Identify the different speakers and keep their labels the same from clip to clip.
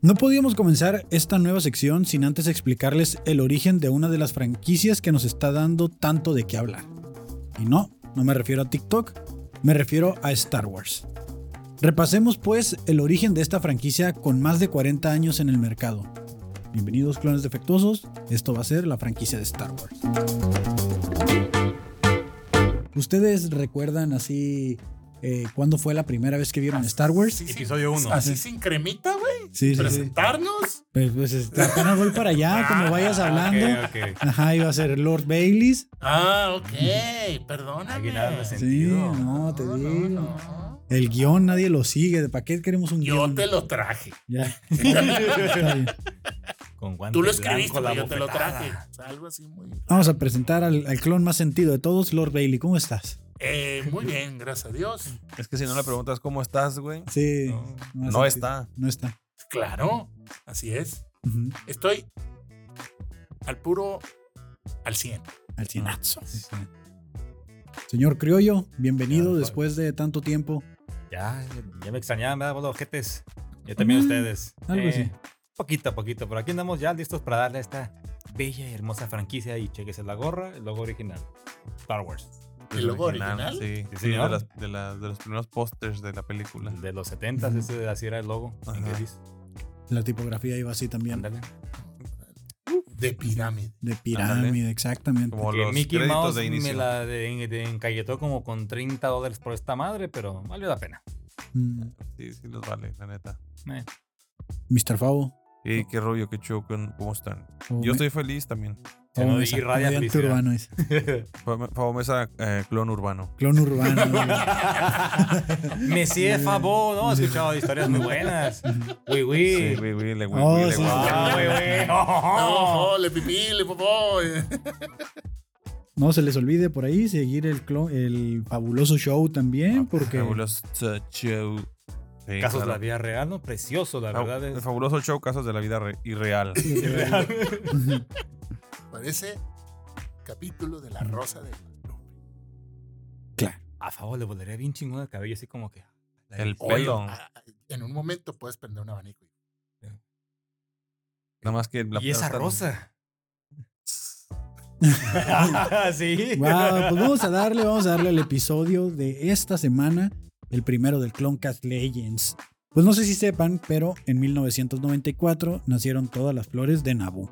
Speaker 1: No podíamos comenzar esta nueva sección sin antes explicarles el origen de una de las franquicias que nos está dando tanto de qué hablar. Y no, no me refiero a TikTok, me refiero a Star Wars. Repasemos pues el origen de esta franquicia con más de 40 años en el mercado. Bienvenidos clones defectuosos, esto va a ser la franquicia de Star Wars. ¿Ustedes recuerdan así eh, cuándo fue la primera vez que vieron Star Wars?
Speaker 2: Así se-
Speaker 3: Episodio uno.
Speaker 2: Así sin cremita, güey.
Speaker 1: Sí, sí, sí.
Speaker 2: Presentarnos.
Speaker 1: Pues, pues este, apenas voy para allá, como vayas hablando.
Speaker 3: Ah, ok, ok.
Speaker 1: Ajá, iba a ser Lord Baileys.
Speaker 2: Ah, ok. Perdóname.
Speaker 3: Aguilar no sé.
Speaker 1: Sí,
Speaker 3: Sentido.
Speaker 1: no, te
Speaker 2: No, no,
Speaker 1: digo.
Speaker 2: no.
Speaker 1: El guión nadie lo sigue. ¿De para qué queremos un
Speaker 2: Yo
Speaker 1: guión?
Speaker 2: te lo traje.
Speaker 1: Ya. Está bien.
Speaker 3: Con guantes
Speaker 2: Tú lo escribiste,
Speaker 3: blancos,
Speaker 2: pero
Speaker 3: la
Speaker 2: yo te lo
Speaker 3: bofetada.
Speaker 2: traje. O sea, Algo así muy.
Speaker 1: Vamos a presentar al, al clon más sentido de todos, Lord Bailey. ¿Cómo estás?
Speaker 2: Eh, muy bien, gracias a Dios.
Speaker 4: Es que si no le preguntas cómo estás, güey.
Speaker 1: Sí.
Speaker 4: No,
Speaker 1: más
Speaker 4: no
Speaker 1: sentido.
Speaker 4: está.
Speaker 1: No está.
Speaker 2: Claro, así es.
Speaker 1: Ujú.
Speaker 2: Estoy al puro, al 100.
Speaker 1: Al cienazo. Señor Criollo, bienvenido
Speaker 3: Claro,
Speaker 1: después de tanto tiempo.
Speaker 3: Ya, ya me extrañaban, ¿verdad? Los ojetes. Yo también a
Speaker 1: Ah,
Speaker 3: ustedes. Eh,
Speaker 1: algo así.
Speaker 3: Poquito a poquito, pero aquí andamos ya listos para darle a esta bella y hermosa franquicia. Y chequese la gorra, el logo original. Star Wars.
Speaker 2: ¿El logo original?
Speaker 4: Sí, sí,
Speaker 3: señor.
Speaker 4: de, las- de las- de los primeros pósters de la película.
Speaker 3: El de los 70,
Speaker 1: Ujú.
Speaker 3: ese así era el logo.
Speaker 4: Ajá.
Speaker 3: en gris.
Speaker 1: La tipografía iba así también.
Speaker 3: Ándale.
Speaker 2: De pirámide.
Speaker 1: De pirámide,
Speaker 4: Ándale.
Speaker 1: exactamente.
Speaker 4: Como
Speaker 3: Que
Speaker 4: los
Speaker 3: Mickey
Speaker 4: créditos
Speaker 3: Mouse
Speaker 4: de inicio.
Speaker 3: me la de- de- encalletó como con 30 dólares por esta madre, pero valió la pena.
Speaker 1: Mm,
Speaker 4: Sí, sí, los vale, la neta.
Speaker 3: Eh,
Speaker 1: Mr. Favo.
Speaker 4: Y qué rollo, qué chido, con- ¿cómo están?
Speaker 1: Favo Me-
Speaker 4: Yo estoy feliz también.
Speaker 3: se
Speaker 1: Favo
Speaker 3: nos
Speaker 1: Mesa,
Speaker 3: irradia
Speaker 1: comediante
Speaker 3: felicidad.
Speaker 1: urbano es.
Speaker 4: Fa- Fabo Mesa, eh, clon urbano.
Speaker 1: Clon urbano. güey.
Speaker 3: Messier Fabo, ¿no? He escuchado historias muy buenas. Uy,
Speaker 4: Sí,
Speaker 3: uy.
Speaker 4: güey, güey, le güey,
Speaker 1: Oh,
Speaker 4: güey, le
Speaker 1: sí,
Speaker 4: güey.
Speaker 1: sí.
Speaker 3: Ah, uy, uy.
Speaker 2: No, le pipí, le popó.
Speaker 1: No se les olvide por ahí seguir el, clo- el fabuloso show también, porque
Speaker 4: Ah, Fabuloso show. Sí,
Speaker 3: Casos de
Speaker 4: claro.
Speaker 3: la vida real, ¿no? Precioso, la
Speaker 4: Fa-
Speaker 3: verdad.
Speaker 4: El
Speaker 3: Es...
Speaker 4: fabuloso show, casos de la vida re- irreal.
Speaker 2: Parece capítulo de La Rosa de Guadalupe.
Speaker 3: A favor, le volvería bien chingón el cabello, así como que.
Speaker 4: El
Speaker 2: Oye,
Speaker 4: pelo.
Speaker 3: ah,
Speaker 2: a- Ah, En un momento puedes prender un abanico.
Speaker 4: Nada más que la
Speaker 3: y esa
Speaker 4: está-
Speaker 3: rosa. sí.
Speaker 1: Guau, pues vamos a darle, vamos a darle el episodio de esta semana, el primero del Cloncast Legends. Pues no sé si sepan, pero en 1994 nacieron todas las flores de Naboo.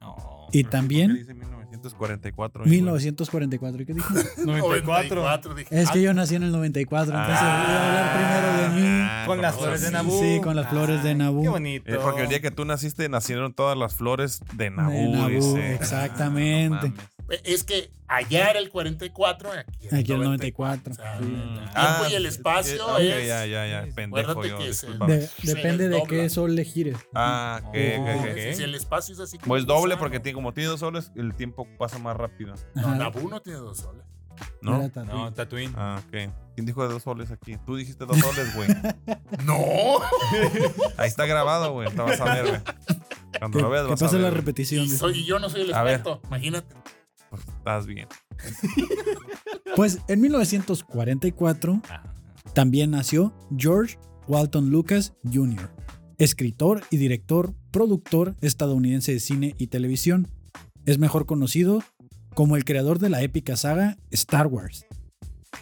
Speaker 3: No,
Speaker 1: Y
Speaker 4: Pero sí, ¿por qué
Speaker 1: también
Speaker 4: dice 1944. ahí, güey?
Speaker 1: 1944, ¿y ¿qué dije?
Speaker 3: 94.
Speaker 2: 94, dije,
Speaker 1: Es que yo nací en el 94, entonces voy a hablar primero de mí.
Speaker 4: Ah,
Speaker 3: Con las
Speaker 4: razón.
Speaker 3: flores de
Speaker 1: Sí,
Speaker 3: Nabú.
Speaker 1: sí, con las flores de Nabú.
Speaker 3: Qué bonito.
Speaker 4: Eh, porque el día que tú naciste nacieron todas las flores de Nabú,
Speaker 1: Nabú,
Speaker 4: dice.
Speaker 1: exactamente.
Speaker 4: Ah, no mames.
Speaker 2: es que allá era el 44, aquí era
Speaker 1: Aquí el
Speaker 2: 94.
Speaker 1: 94.
Speaker 2: O sea,
Speaker 1: Sí.
Speaker 2: el tiempo
Speaker 4: Ah,
Speaker 2: y el espacio
Speaker 4: eh, ok,
Speaker 2: es.
Speaker 4: Ya, ya, ya, pendejo
Speaker 2: Acuérdate
Speaker 4: yo,
Speaker 2: que es el-
Speaker 4: discúlpame.
Speaker 1: De-
Speaker 2: Se
Speaker 1: depende de
Speaker 2: desdobla.
Speaker 1: qué sol le gires.
Speaker 4: Ah, ok,
Speaker 3: Oh,
Speaker 4: ok, ok.
Speaker 3: ok.
Speaker 2: Si el espacio es así como.
Speaker 4: Pues doble
Speaker 2: gusano.
Speaker 4: porque tiene, como tiene dos soles, el tiempo pasa más rápido,
Speaker 2: No,
Speaker 1: Ajá.
Speaker 2: Nabú no tiene dos soles.
Speaker 4: ¿no?
Speaker 1: Era Tatooine.
Speaker 3: No, Tatooine.
Speaker 4: Ah, ok. ¿Quién dijo de dos soles aquí? Tú dijiste dos soles, güey.
Speaker 2: ¡No!
Speaker 4: Ahí está grabado, güey. Te vas a ver, güey. Cuando
Speaker 1: Que,
Speaker 4: lo veas,
Speaker 1: que
Speaker 4: vas a
Speaker 1: pase
Speaker 4: ver.
Speaker 1: la
Speaker 4: güey.
Speaker 1: repetición.
Speaker 2: Y, soy, y yo no soy el
Speaker 4: A ver.
Speaker 2: experto, imagínate.
Speaker 4: Pues, Estás bien.
Speaker 1: Pues en 1944
Speaker 3: Ah,
Speaker 1: también nació George Walton Lucas Jr., escritor y director, productor estadounidense de cine y televisión. Es mejor conocido como el creador de la épica saga Star Wars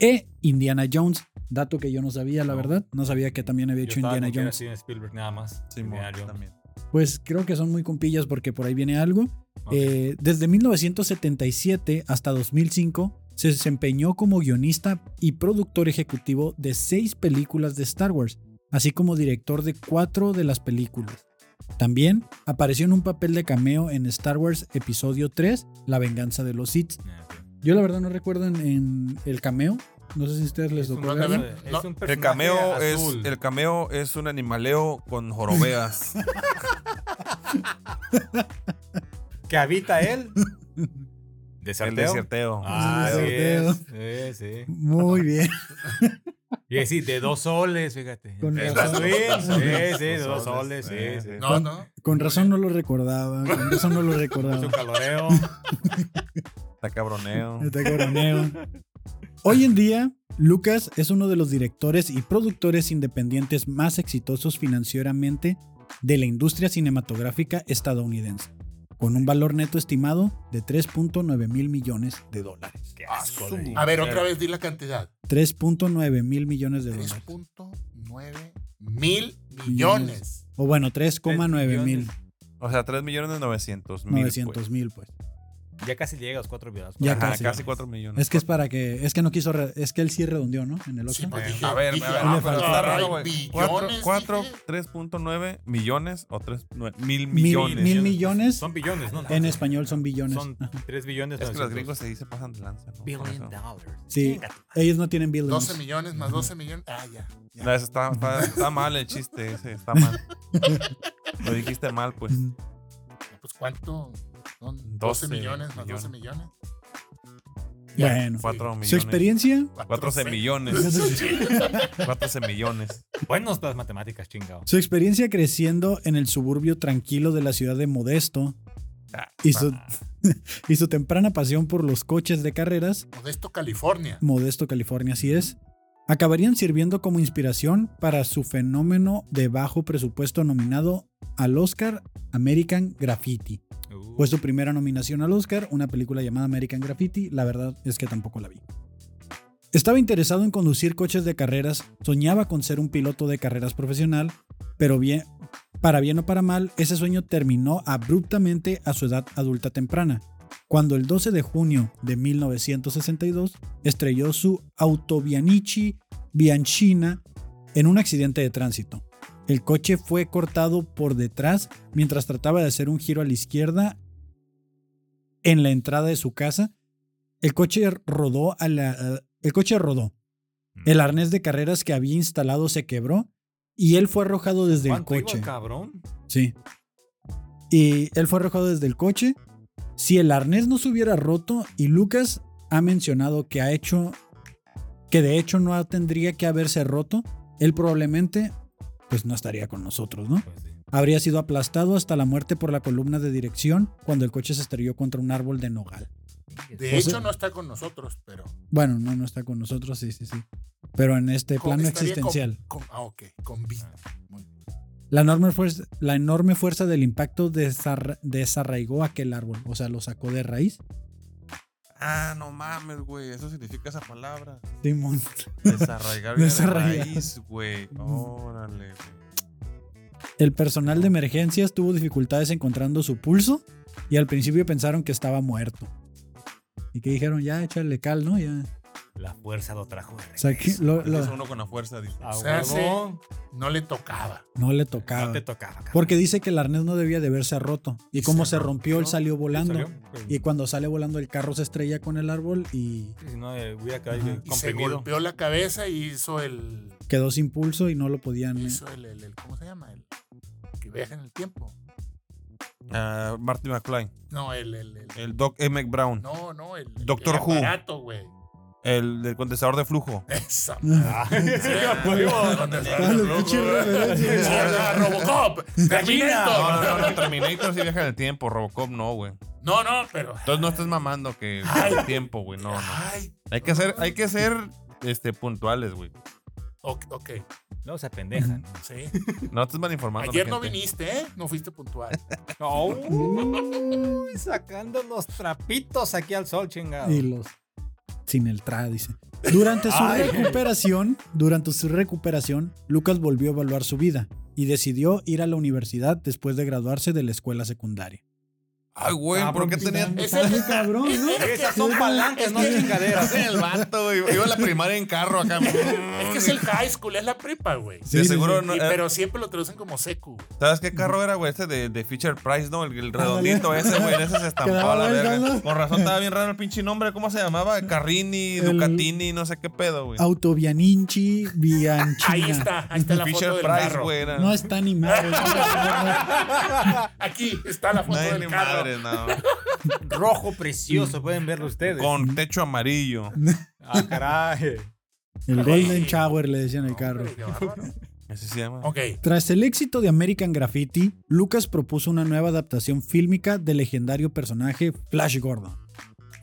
Speaker 1: e Indiana Jones, dato que yo no sabía, la
Speaker 3: No.
Speaker 1: verdad. No sabía que también había
Speaker 3: yo
Speaker 1: hecho
Speaker 3: estaba
Speaker 1: Indiana
Speaker 3: con que era
Speaker 1: Jones.
Speaker 3: Steven Spielberg nada más.
Speaker 4: Simón,
Speaker 3: Indiana Jones.
Speaker 4: también.
Speaker 1: Pues creo que son muy compillas porque por ahí viene algo.
Speaker 3: Ok.
Speaker 1: Eh, desde 1977 hasta 2005 se desempeñó como guionista y productor ejecutivo de seis películas de Star Wars, así como director de cuatro de las películas. También apareció en un papel de cameo en Star Wars Episodio 3, La Venganza de los Sith.
Speaker 3: Ah, ok.
Speaker 1: Yo la verdad no recuerdo en, en el cameo, no sé si a ustedes les
Speaker 3: Es un
Speaker 1: tocó
Speaker 2: no,
Speaker 1: verlo.
Speaker 2: también-
Speaker 3: personaje-
Speaker 2: no,
Speaker 3: es
Speaker 4: Eh,
Speaker 3: un
Speaker 4: El
Speaker 3: personaje
Speaker 4: cameo, es,
Speaker 3: azul.
Speaker 4: el cameo es un animaleo con jorobeas.
Speaker 3: que habita él.
Speaker 4: el
Speaker 3: Deserteo.
Speaker 4: desierteo.
Speaker 3: Ah,
Speaker 1: El
Speaker 3: así
Speaker 1: deserteo.
Speaker 3: es. Sí, sí.
Speaker 1: Muy bien.
Speaker 3: Y sí, de dos soles, fíjate.
Speaker 1: Con
Speaker 3: El
Speaker 1: razón.
Speaker 3: Tatooine, Sí, sí, de
Speaker 4: Dos
Speaker 3: dos
Speaker 4: soles,
Speaker 3: soles. eh. Sí, sí.
Speaker 2: No, no.
Speaker 1: Con razón no lo recordaba, con razón no lo recordaba.
Speaker 3: Mucho caloreo.
Speaker 4: Está cabroneo.
Speaker 1: Está coroneo. Hoy en día, Lucas es uno de los directores y productores independientes más exitosos financieramente de la industria cinematográfica estadounidense, con un valor neto estimado de 3.9 mil millones de dólares.
Speaker 3: Qué asco.
Speaker 2: Ah, su-
Speaker 3: güey.
Speaker 2: A ver, otra vez di la cantidad.
Speaker 1: 3.9 mil millones de dólares.
Speaker 2: 3.9 mil millones.
Speaker 1: O bueno, 3,9 mil,
Speaker 4: O sea, 3 millones de 900 mil.
Speaker 1: 900 mil, pues.
Speaker 3: Ya casi llega a los cuatro millones.
Speaker 1: Ya
Speaker 4: Ajá,
Speaker 1: casi.
Speaker 4: casi, 4 millones.
Speaker 1: Es que es para que, es que no quiso, re- es que él sí redondeó, ¿no? En el 8.
Speaker 2: Sí, pues
Speaker 3: Bueno,
Speaker 2: dije,
Speaker 4: A ver,
Speaker 2: dije,
Speaker 4: a ver,
Speaker 2: ah,
Speaker 1: le
Speaker 2: pero
Speaker 1: faltó.
Speaker 4: está
Speaker 2: hay
Speaker 4: raro, güey. 4,
Speaker 2: billones, dije.
Speaker 4: 3.9 millones o 3, mil
Speaker 1: Mil-
Speaker 4: millones.
Speaker 1: mil millones.
Speaker 3: Son billones, ¿no?
Speaker 1: en español son billones.
Speaker 3: Son tres billones.
Speaker 4: Es que los
Speaker 3: 900.
Speaker 4: gringos se dicen pasan de lanza, ¿no? Por
Speaker 3: Billion
Speaker 4: eso.
Speaker 3: dollars.
Speaker 1: Sí, ellos no tienen billions.
Speaker 2: 12 millones más 12 millones. Ah, ya. ya.
Speaker 4: No, eso está, está- está mal el chiste ese, está mal. Lo dijiste mal, pues.
Speaker 1: Ujú.
Speaker 2: Pues cuánto. Son 12,
Speaker 4: 12
Speaker 2: millones más
Speaker 4: millones.
Speaker 2: 12 millones.
Speaker 1: Bueno,
Speaker 4: 4 millones.
Speaker 1: su experiencia.
Speaker 4: 14 millones. 14 millones.
Speaker 3: Buenos para las matemáticas, chingado.
Speaker 1: Su experiencia creciendo en el suburbio tranquilo de la ciudad de Modesto
Speaker 4: Ah,
Speaker 1: y su, y su temprana pasión por los coches de carreras,
Speaker 2: Modesto, California.
Speaker 1: Modesto, California, así es, acabarían sirviendo como inspiración para su fenómeno de bajo presupuesto nominado al Oscar American Graffiti.
Speaker 3: Uh,
Speaker 1: Fue su primera nominación al Oscar, una película llamada American Graffiti, la verdad es que tampoco la vi. Estaba interesado en conducir coches de carreras, soñaba con ser un piloto de carreras profesional, pero bien, para bien o para mal, ese sueño terminó abruptamente a su edad adulta temprana, cuando el 12 de junio de 1962 estrelló su Autobianichi Bianchina en un accidente de tránsito. El coche fue cortado por detrás mientras trataba de hacer un giro a la izquierda en la entrada de su casa. El coche rodó a la eh, el coche rodó.
Speaker 3: Mm.
Speaker 1: El arnés de carreras que había instalado se quebró y él fue arrojado desde el
Speaker 3: ¿cuánto iba,
Speaker 1: coche.
Speaker 3: cabrón?
Speaker 1: Sí. Y él fue arrojado desde el coche. Si el arnés no se hubiera roto, y Lucas ha mencionado que ha hecho, que de hecho no tendría que haberse roto, él probablemente, pues no estaría con nosotros, ¿no?
Speaker 3: Pues sí.
Speaker 1: Habría sido aplastado hasta la muerte por la columna de dirección cuando el coche se estrelló contra un árbol de nogal.
Speaker 2: De
Speaker 1: O sea-
Speaker 2: hecho, no está con nosotros, pero.
Speaker 1: Bueno, no, no está con nosotros, sí, sí, sí. Pero en este
Speaker 2: con-
Speaker 1: plano
Speaker 2: estaría con-
Speaker 1: existencial.
Speaker 2: con- ah, ok. Con vida. Muy bien.
Speaker 1: La enorme, fuerza, la enorme fuerza del impacto desarra- desarraigó aquel árbol, o sea, lo sacó de raíz.
Speaker 4: Ah, no mames, güey. Eso significa esa palabra.
Speaker 1: Simón.
Speaker 4: Desarraigar bien de
Speaker 1: Desarraigar.
Speaker 4: raíz, güey. Órale. güey.
Speaker 1: El personal de emergencias tuvo dificultades encontrando su pulso y al principio pensaron que estaba muerto. Y que dijeron, ya échale cal, ¿no? Ya.
Speaker 3: La fuerza lo trajo. de regreso.
Speaker 1: Saqué- lo- lo-
Speaker 4: Es uno con la fuerza, dice.
Speaker 3: A
Speaker 2: O sea,
Speaker 3: huevo,
Speaker 2: No le tocaba.
Speaker 1: no le
Speaker 3: No
Speaker 1: tocaba.
Speaker 3: te tocaba. cabrón.
Speaker 1: Porque dice que el arnés no debía de haberse roto. Y como
Speaker 2: se
Speaker 1: se rompió, él
Speaker 2: rompió,
Speaker 1: salió volando.
Speaker 3: ¿Salió? Pues,
Speaker 1: Y cuando sale volando, el carro se estrella con el árbol y
Speaker 3: Si no, eh, hubiera quedado
Speaker 1: Ajá.
Speaker 3: ahí
Speaker 2: Y se
Speaker 3: comprimido.
Speaker 2: golpeó la cabeza y hizo el.
Speaker 1: quedó sin pulso y no lo podían.
Speaker 2: Hizo el, el- el- ¿Cómo se llama? El que viaja en el tiempo.
Speaker 4: Ah, Marty McFly.
Speaker 2: No, el. el, el-
Speaker 4: El Doc M. Brown.
Speaker 2: no, no, el. el-
Speaker 4: Eh. Doctor
Speaker 2: el
Speaker 4: Who.
Speaker 2: aparato, güey.
Speaker 4: El del condensador de flujo.
Speaker 2: Esa.
Speaker 3: Ah, sí, a huevo.
Speaker 1: Dale, pinche irreverencia.
Speaker 2: Ah, Robocop.
Speaker 4: No,
Speaker 2: Terminator.
Speaker 4: no, no, no, Terminator sí viaja en el tiempo, Robocop no, güey.
Speaker 2: No, no, pero.
Speaker 4: Entonces no estés mamando que el tiempo, güey, no, no.
Speaker 2: Ay.
Speaker 4: Hay que ser, hay que ser este, puntuales, güey.
Speaker 2: Ok. ok,
Speaker 3: No, se pendejan.
Speaker 2: Sí.
Speaker 4: No estés mal informando. a la
Speaker 2: Ayer no
Speaker 4: gente.
Speaker 2: viniste, ¿eh? No fuiste puntual.
Speaker 3: Uy, sacando los trapitos aquí al sol, chingado.
Speaker 1: Y los. Sin el tra, dice. Durante su
Speaker 3: Ay.
Speaker 1: recuperación, durante su recuperación, Lucas volvió a evaluar su vida y decidió ir a la universidad después de graduarse de la escuela secundaria.
Speaker 4: Ay, güey, ¿por qué tenía
Speaker 2: Es
Speaker 1: Está
Speaker 2: el-
Speaker 1: bien cabrón, ¿no?
Speaker 3: Esas son
Speaker 1: Es-
Speaker 3: palancas, no chingaderas.
Speaker 4: en el vato, güey? Iba a la primaria en carro acá.
Speaker 2: Es que es el high school, es la prepa, güey.
Speaker 1: Sí,
Speaker 4: De
Speaker 1: sí,
Speaker 4: seguro
Speaker 1: sí.
Speaker 4: no.
Speaker 2: Y-
Speaker 4: eh,
Speaker 2: pero siempre lo traducen como secu.
Speaker 4: ¿Sabes qué carro era, güey? Este de, de Fisher Price, ¿no? El, el redondito
Speaker 1: Ándale.
Speaker 4: ese, güey. en Ese se
Speaker 1: Que
Speaker 4: estampó
Speaker 1: daba
Speaker 4: a la
Speaker 1: vueltas,
Speaker 4: verga.
Speaker 1: ¿no?
Speaker 4: Con razón estaba bien raro el pinche nombre. ¿Cómo se llamaba? Carrini,
Speaker 1: El-
Speaker 4: Ducatini, no sé qué pedo, güey.
Speaker 1: Autobianinchi Bianchina.
Speaker 2: Ahí está, ahí está la
Speaker 4: Fisher
Speaker 2: foto del
Speaker 4: Price,
Speaker 2: carro.
Speaker 4: güey. era-
Speaker 1: No está ni madre.
Speaker 2: Aquí está la foto
Speaker 4: No hay
Speaker 2: del
Speaker 4: ni
Speaker 2: carro.
Speaker 4: madre, no.
Speaker 3: Rojo precioso, pueden verlo ustedes.
Speaker 4: Con techo amarillo.
Speaker 3: Ah, caray.
Speaker 1: El Golden Shower le decían al carro.
Speaker 2: Hombre, qué bárbaro.
Speaker 4: Así se llama.
Speaker 2: Ok,
Speaker 1: Tras el éxito de American Graffiti, Lucas propuso una nueva adaptación fílmica del legendario personaje Flash Gordon.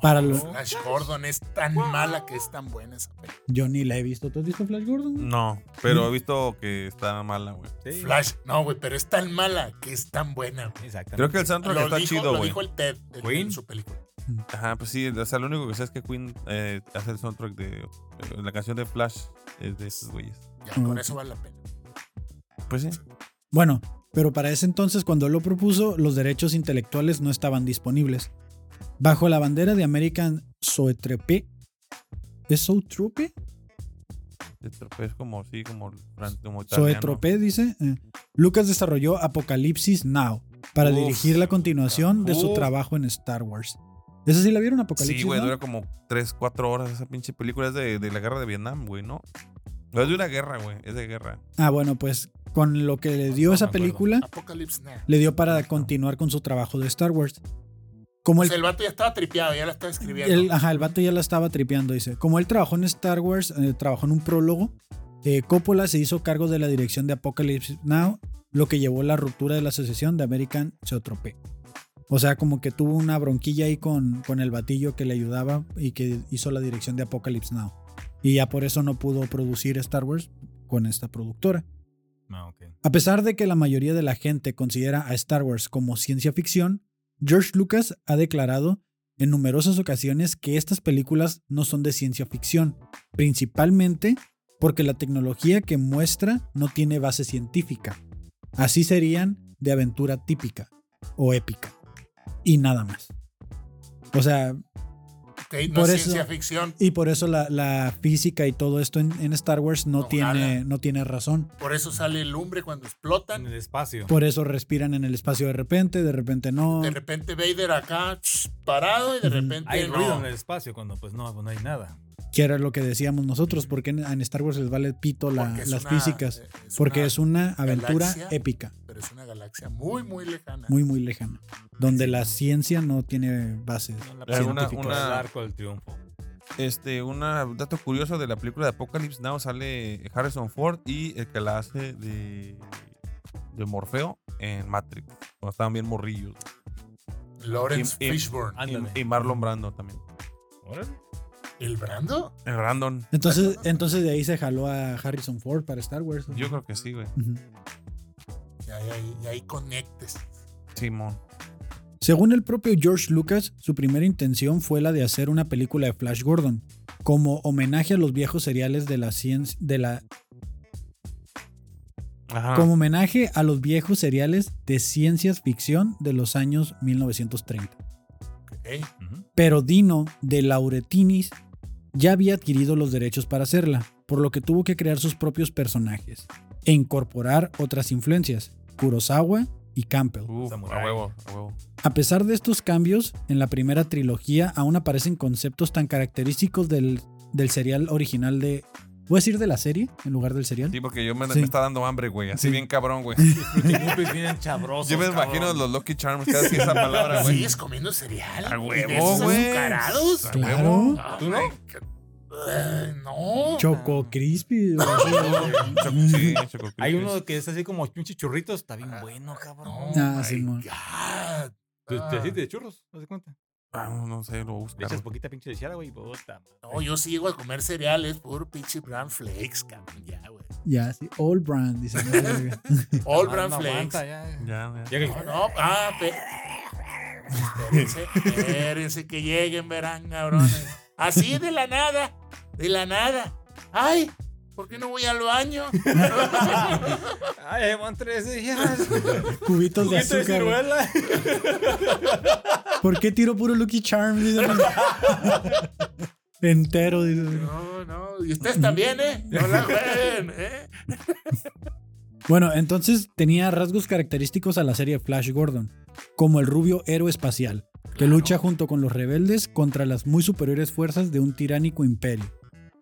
Speaker 1: Para lo-
Speaker 2: Flash Gordon es tan mala que es tan buena esa película.
Speaker 1: Yo ni la he visto. ¿Tú has visto Flash Gordon?
Speaker 4: No, pero he visto que está mala, güey.
Speaker 3: Sí,
Speaker 2: Flash, no, güey, pero es tan mala que es tan buena. güey.
Speaker 3: Exactamente.
Speaker 4: Creo que el soundtrack
Speaker 2: Lo
Speaker 4: está
Speaker 2: dijo,
Speaker 4: chido,
Speaker 2: lo
Speaker 4: güey.
Speaker 2: dijo el Ted en-
Speaker 3: Queen.
Speaker 2: en su película.
Speaker 4: Ajá, pues sí, o sea, lo único que sé es que Queen eh, hace el soundtrack de. eh, La canción de Flash es de esos güeyes.
Speaker 2: Ya,
Speaker 1: Mm.
Speaker 2: con eso vale la pena.
Speaker 4: Pues sí.
Speaker 1: Bueno, pero para ese entonces, cuando lo propuso, los derechos intelectuales no estaban disponibles. Bajo la bandera de American Zoetrope. ¿Es Zoetrope?
Speaker 4: Es como, sí, como. fran- como italiano.
Speaker 1: Zoetrope, dice. eh, Lucas desarrolló Apocalipsis Now para
Speaker 4: Uf.
Speaker 1: dirigir la continuación de su
Speaker 3: Uf.
Speaker 1: trabajo en Star Wars. ¿Esa sí la vieron, Apocalipsis
Speaker 4: Sí, güey,
Speaker 1: Now?
Speaker 4: dura como 3, 4 horas esa pinche película. Es de, de la guerra de Vietnam, güey, ¿no? No es de una guerra, güey. Es de guerra.
Speaker 1: Ah, bueno, pues con lo que le dio
Speaker 3: No
Speaker 1: esa
Speaker 3: me acuerdo.
Speaker 1: película,
Speaker 2: Apocalypse Now.
Speaker 1: le dio para continuar con su trabajo de Star Wars. Como
Speaker 2: O
Speaker 1: el
Speaker 2: sea, el vato ya estaba tripeado, ya la estaba escribiendo.
Speaker 1: El, ajá, el vato ya la estaba tripeando, dice. Como él trabajó en Star Wars, eh, trabajó en un prólogo, eh, Coppola se hizo cargo de la dirección de Apocalypse Now, lo que llevó a la ruptura de la asociación de American Zoetrope. O sea, como que tuvo una bronquilla ahí con, con el batillo que le ayudaba y que hizo la dirección de Apocalypse Now. Y ya por eso no pudo producir Star Wars con esta productora.
Speaker 3: Ah, ok.
Speaker 1: A pesar de que la mayoría de la gente considera a Star Wars como ciencia ficción, George Lucas ha declarado en numerosas ocasiones que estas películas no son de ciencia ficción, principalmente porque la tecnología que muestra no tiene base científica. Así serían de aventura típica o épica. Y nada más. O sea,
Speaker 2: Ok, no
Speaker 1: por
Speaker 2: es
Speaker 1: eso-
Speaker 2: ciencia ficción.
Speaker 1: y por eso la, la física y todo esto en, en Star Wars no,
Speaker 2: No
Speaker 1: tiene,
Speaker 2: jala.
Speaker 1: no tiene razón.
Speaker 2: Por eso sale el lumbre cuando
Speaker 3: En
Speaker 2: explotan.
Speaker 3: el espacio.
Speaker 1: Por eso respiran en el espacio de repente, de repente no.
Speaker 2: De repente Vader acá ch, parado y de
Speaker 1: Ujú.
Speaker 2: repente
Speaker 3: Hay
Speaker 2: no.
Speaker 3: ruido en el espacio cuando pues no, no hay nada.
Speaker 1: que era lo que decíamos nosotros, porque en, en Star Wars les vale pito la-
Speaker 2: Porque es
Speaker 1: las
Speaker 2: una-
Speaker 1: físicas,
Speaker 2: eh,
Speaker 1: porque
Speaker 2: una-
Speaker 1: es una aventura
Speaker 2: galaxia.
Speaker 1: épica,
Speaker 2: Pero es una galaxia muy, muy lejana.
Speaker 1: muy, muy lejana, donde la ciencia no tiene bases.
Speaker 3: La
Speaker 4: Hay una-
Speaker 1: científicas.
Speaker 4: una-
Speaker 3: El arco del triunfo.
Speaker 4: Este, un dato curioso de la película de Apocalypse Now sale Harrison Ford y el que la hace de, de Morfeo en Matrix. Cuando estaban bien morrillos.
Speaker 2: Lawrence
Speaker 4: Y- y-
Speaker 2: Fishburne.
Speaker 3: Ándale.
Speaker 4: Y, y Marlon Brando también.
Speaker 3: Órale.
Speaker 2: ¿El Brando?
Speaker 4: Eh, Brandon.
Speaker 1: Entonces, entonces de ahí se jaló a Harrison Ford para Star Wars.
Speaker 4: Yo creo que sí, güey.
Speaker 1: Ujú.
Speaker 2: Y ahí, ahí- y ahí conectes.
Speaker 4: Simón.
Speaker 1: Según el propio George Lucas, su primera intención fue la de hacer una película de Flash Gordon, como homenaje a los viejos seriales de la, ciencia de la
Speaker 4: Ajá.
Speaker 1: como homenaje a los viejos seriales de ciencias ficción de los años 1930.
Speaker 2: ok.
Speaker 3: Ujú.
Speaker 1: Pero Dino de Lauretinis ya había adquirido los derechos para hacerla, por lo que tuvo que crear sus propios personajes e incorporar otras influencias, Kurosawa y Campbell.
Speaker 4: Uf, a
Speaker 3: Samurai.
Speaker 4: huevo, a huevo.
Speaker 1: A pesar de estos cambios, en la primera trilogía aún aparecen conceptos tan característicos del, del serial original de... ¿Voy a decir de la serie en lugar del serial?
Speaker 4: Sí, porque yo me,
Speaker 1: Sí.
Speaker 4: me está dando hambre, güey. Así
Speaker 1: Sí.
Speaker 4: bien cabrón, güey.
Speaker 3: Frutinupis bien chabrosos,
Speaker 4: Yo me
Speaker 3: cabrón.
Speaker 4: imagino los Lucky Charms cada vez que esa palabra, güey.
Speaker 2: ¿Sigues comiendo cereal?
Speaker 4: A
Speaker 2: ¿Y de
Speaker 4: huevo,
Speaker 2: esos
Speaker 4: güey.
Speaker 2: azucarados?
Speaker 4: pues, A
Speaker 1: Claro.
Speaker 4: huevo.
Speaker 2: Ah,
Speaker 4: ¿Tú no?
Speaker 2: ay, qué- eh, no.
Speaker 1: Choco Crispy. o algo así.
Speaker 4: Choco- sí, Pues- Choco
Speaker 3: Hay
Speaker 4: Crispies.
Speaker 3: uno que es así como un chichurrito, está bien bueno,
Speaker 2: No,
Speaker 3: cabrón.
Speaker 1: Ah,
Speaker 2: my
Speaker 1: Simón.
Speaker 2: God.
Speaker 3: Te- te-
Speaker 2: Ah.
Speaker 3: así de churros, ¿no se cuenta?
Speaker 4: Ah, no sé, lo busco.
Speaker 3: Le echas poquita pinche de chara, güey, y bota.
Speaker 2: No, yo sí llego a comer cereales, puro pinche Bran Flakes, cabrón. Ya, güey.
Speaker 1: Ya, sí. All Brand, dice. no, verga.
Speaker 2: All
Speaker 3: Ah,
Speaker 2: Bran
Speaker 3: no
Speaker 2: Flakes.
Speaker 3: aguanta, ya.
Speaker 4: Ya, ya.
Speaker 3: Llega el-
Speaker 2: No, no, ah, pe- espérense, espérense que lleguen, verán, cabrones. Así de la nada, de la nada. Ay, ¿por qué no voy al baño?
Speaker 3: Ay, ahí van tres días.
Speaker 1: Cubitos de
Speaker 3: Juguito de
Speaker 1: azúcar. güey.
Speaker 3: ciruela.
Speaker 1: ¿Por qué tiro puro Lucky Charms? Dice. Entero, dice.
Speaker 2: No, no, y ustedes también, ¿eh? No la jueguen, ¿eh?
Speaker 1: Bueno, entonces tenía rasgos característicos a la serie Flash Gordon, como el rubio héroe espacial, que lucha junto con los rebeldes contra las muy superiores fuerzas de un tiránico imperio.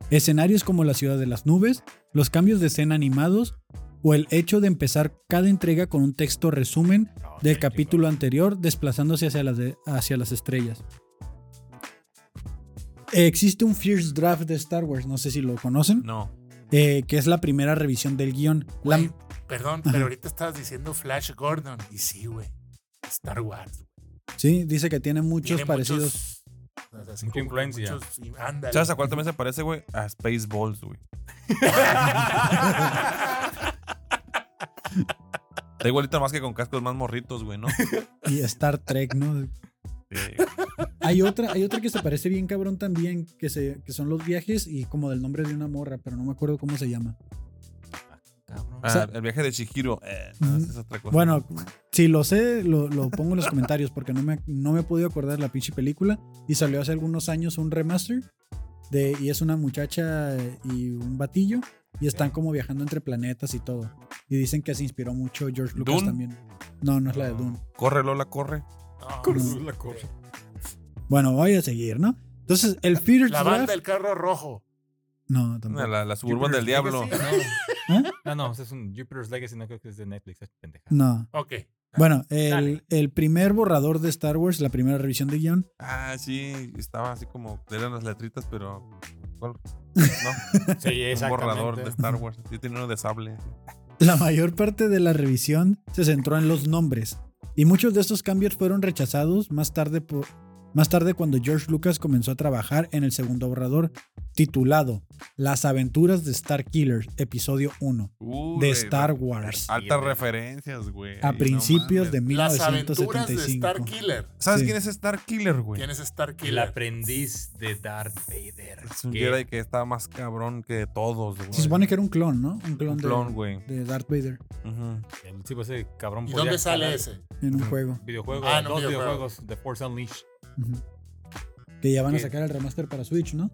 Speaker 1: Escenarios como la ciudad de las nubes, los cambios de escena animados o el hecho de empezar cada entrega con un texto resumen del capítulo anterior desplazándose hacia las, de- hacia las estrellas. Existe un Fierce Draft de Star Wars, no sé si lo conocen,
Speaker 4: No.
Speaker 1: eh, que es la primera revisión del guión. La-
Speaker 2: Güey, Perdón, pero ahorita estabas diciendo Flash Gordon. Y sí, güey. Star Wars.
Speaker 1: sí, dice que tiene muchos
Speaker 2: Tiene
Speaker 1: parecidos.
Speaker 2: muchos O sea, así
Speaker 3: Mucha
Speaker 2: como
Speaker 3: influencia.
Speaker 2: muchos- sí, ándale.
Speaker 4: ¿Sabes a cuál también se parece, güey? A Spaceballs, güey. Está igualita más que con cascos más morritos, güey, ¿no?
Speaker 1: Y Star Trek, ¿no?
Speaker 4: Sí.
Speaker 1: Hay otra, hay otra que se parece bien cabrón también, que, se, que son los viajes y como del nombre de una morra, pero no me acuerdo cómo se llama.
Speaker 3: Cabrón.
Speaker 4: Ah,
Speaker 1: sea- mm,
Speaker 4: el viaje de Chihiro. Eh, no, esa es otra
Speaker 2: Pues
Speaker 4: cosa.
Speaker 1: Bueno, si lo sé, lo, lo pongo en los comentarios porque no me, no me he podido acordar la pinche película. Y salió hace algunos años un remaster de, y es una muchacha y un batillo y están como viajando entre planetas y todo. Y dicen que se inspiró mucho George Lucas
Speaker 4: ¿Dune?
Speaker 1: también. No, no es
Speaker 2: Ah.
Speaker 1: la de Dune.
Speaker 4: Corre, Lola, corre.
Speaker 2: No, este,
Speaker 1: Cruz,
Speaker 3: la corre.
Speaker 1: Bueno, voy a seguir, ¿no? Entonces, el Feeder
Speaker 2: La
Speaker 1: Draft-
Speaker 2: banda del carro rojo.
Speaker 1: No, tampoco.
Speaker 4: Ah, La, la suburban del
Speaker 3: Jupiter's
Speaker 4: diablo.
Speaker 3: Legacy,
Speaker 1: ¿Eh?
Speaker 3: No, no, no, ese es un Jupiter's Legacy, no creo que es de Netflix, es pendeja.
Speaker 1: No.
Speaker 2: Ok.
Speaker 1: Bueno,
Speaker 3: Dale.
Speaker 1: el, el primer borrador de Star Wars, la primera revisión de guión,
Speaker 4: Ah, sí, estaba así como. Eran las letritas, pero. ¿Cuál? No,
Speaker 3: Sí,
Speaker 4: un borrador de
Speaker 3: exactamente.
Speaker 4: Star Wars. Yo tenía uno de sable.
Speaker 1: la mayor parte de la revisión se centró en los nombres. Y muchos de estos cambios fueron rechazados más tarde, por, más tarde cuando George Lucas comenzó a trabajar en el segundo borrador, titulado Las aventuras de Star Killer, episodio 1,
Speaker 4: Uh,
Speaker 1: de
Speaker 4: güey,
Speaker 1: Star Wars.
Speaker 4: Altas
Speaker 3: Sí,
Speaker 4: referencias, güey.
Speaker 1: A
Speaker 4: No
Speaker 1: principios
Speaker 4: mames.
Speaker 1: de
Speaker 2: Las aventuras de
Speaker 1: 1975.
Speaker 2: Star Killer.
Speaker 4: ¿Sabes
Speaker 1: Sí.
Speaker 4: quién es Star Killer, güey?
Speaker 2: ¿Quién es Star
Speaker 3: El
Speaker 2: Killer?
Speaker 3: aprendiz de Darth Vader.
Speaker 4: Es un
Speaker 3: que-
Speaker 4: Jedi que está más cabrón que todos, güey.
Speaker 1: Se supone que era un clon, ¿no? Un clon,
Speaker 4: un
Speaker 1: de-
Speaker 4: clon, güey.
Speaker 1: de, Darth Vader
Speaker 4: Ujú.
Speaker 3: El tipo ese cabrón.
Speaker 2: ¿Y
Speaker 3: podía
Speaker 2: dónde sale
Speaker 3: jalar
Speaker 2: ese?
Speaker 1: en un juego.
Speaker 3: Videojuego,
Speaker 2: Ah, no,
Speaker 3: dos
Speaker 2: videojuego.
Speaker 3: videojuegos de Force Unleashed.
Speaker 1: Ujú. Que ya van a
Speaker 3: ¿Qué?
Speaker 1: sacar el remaster para Switch, ¿no?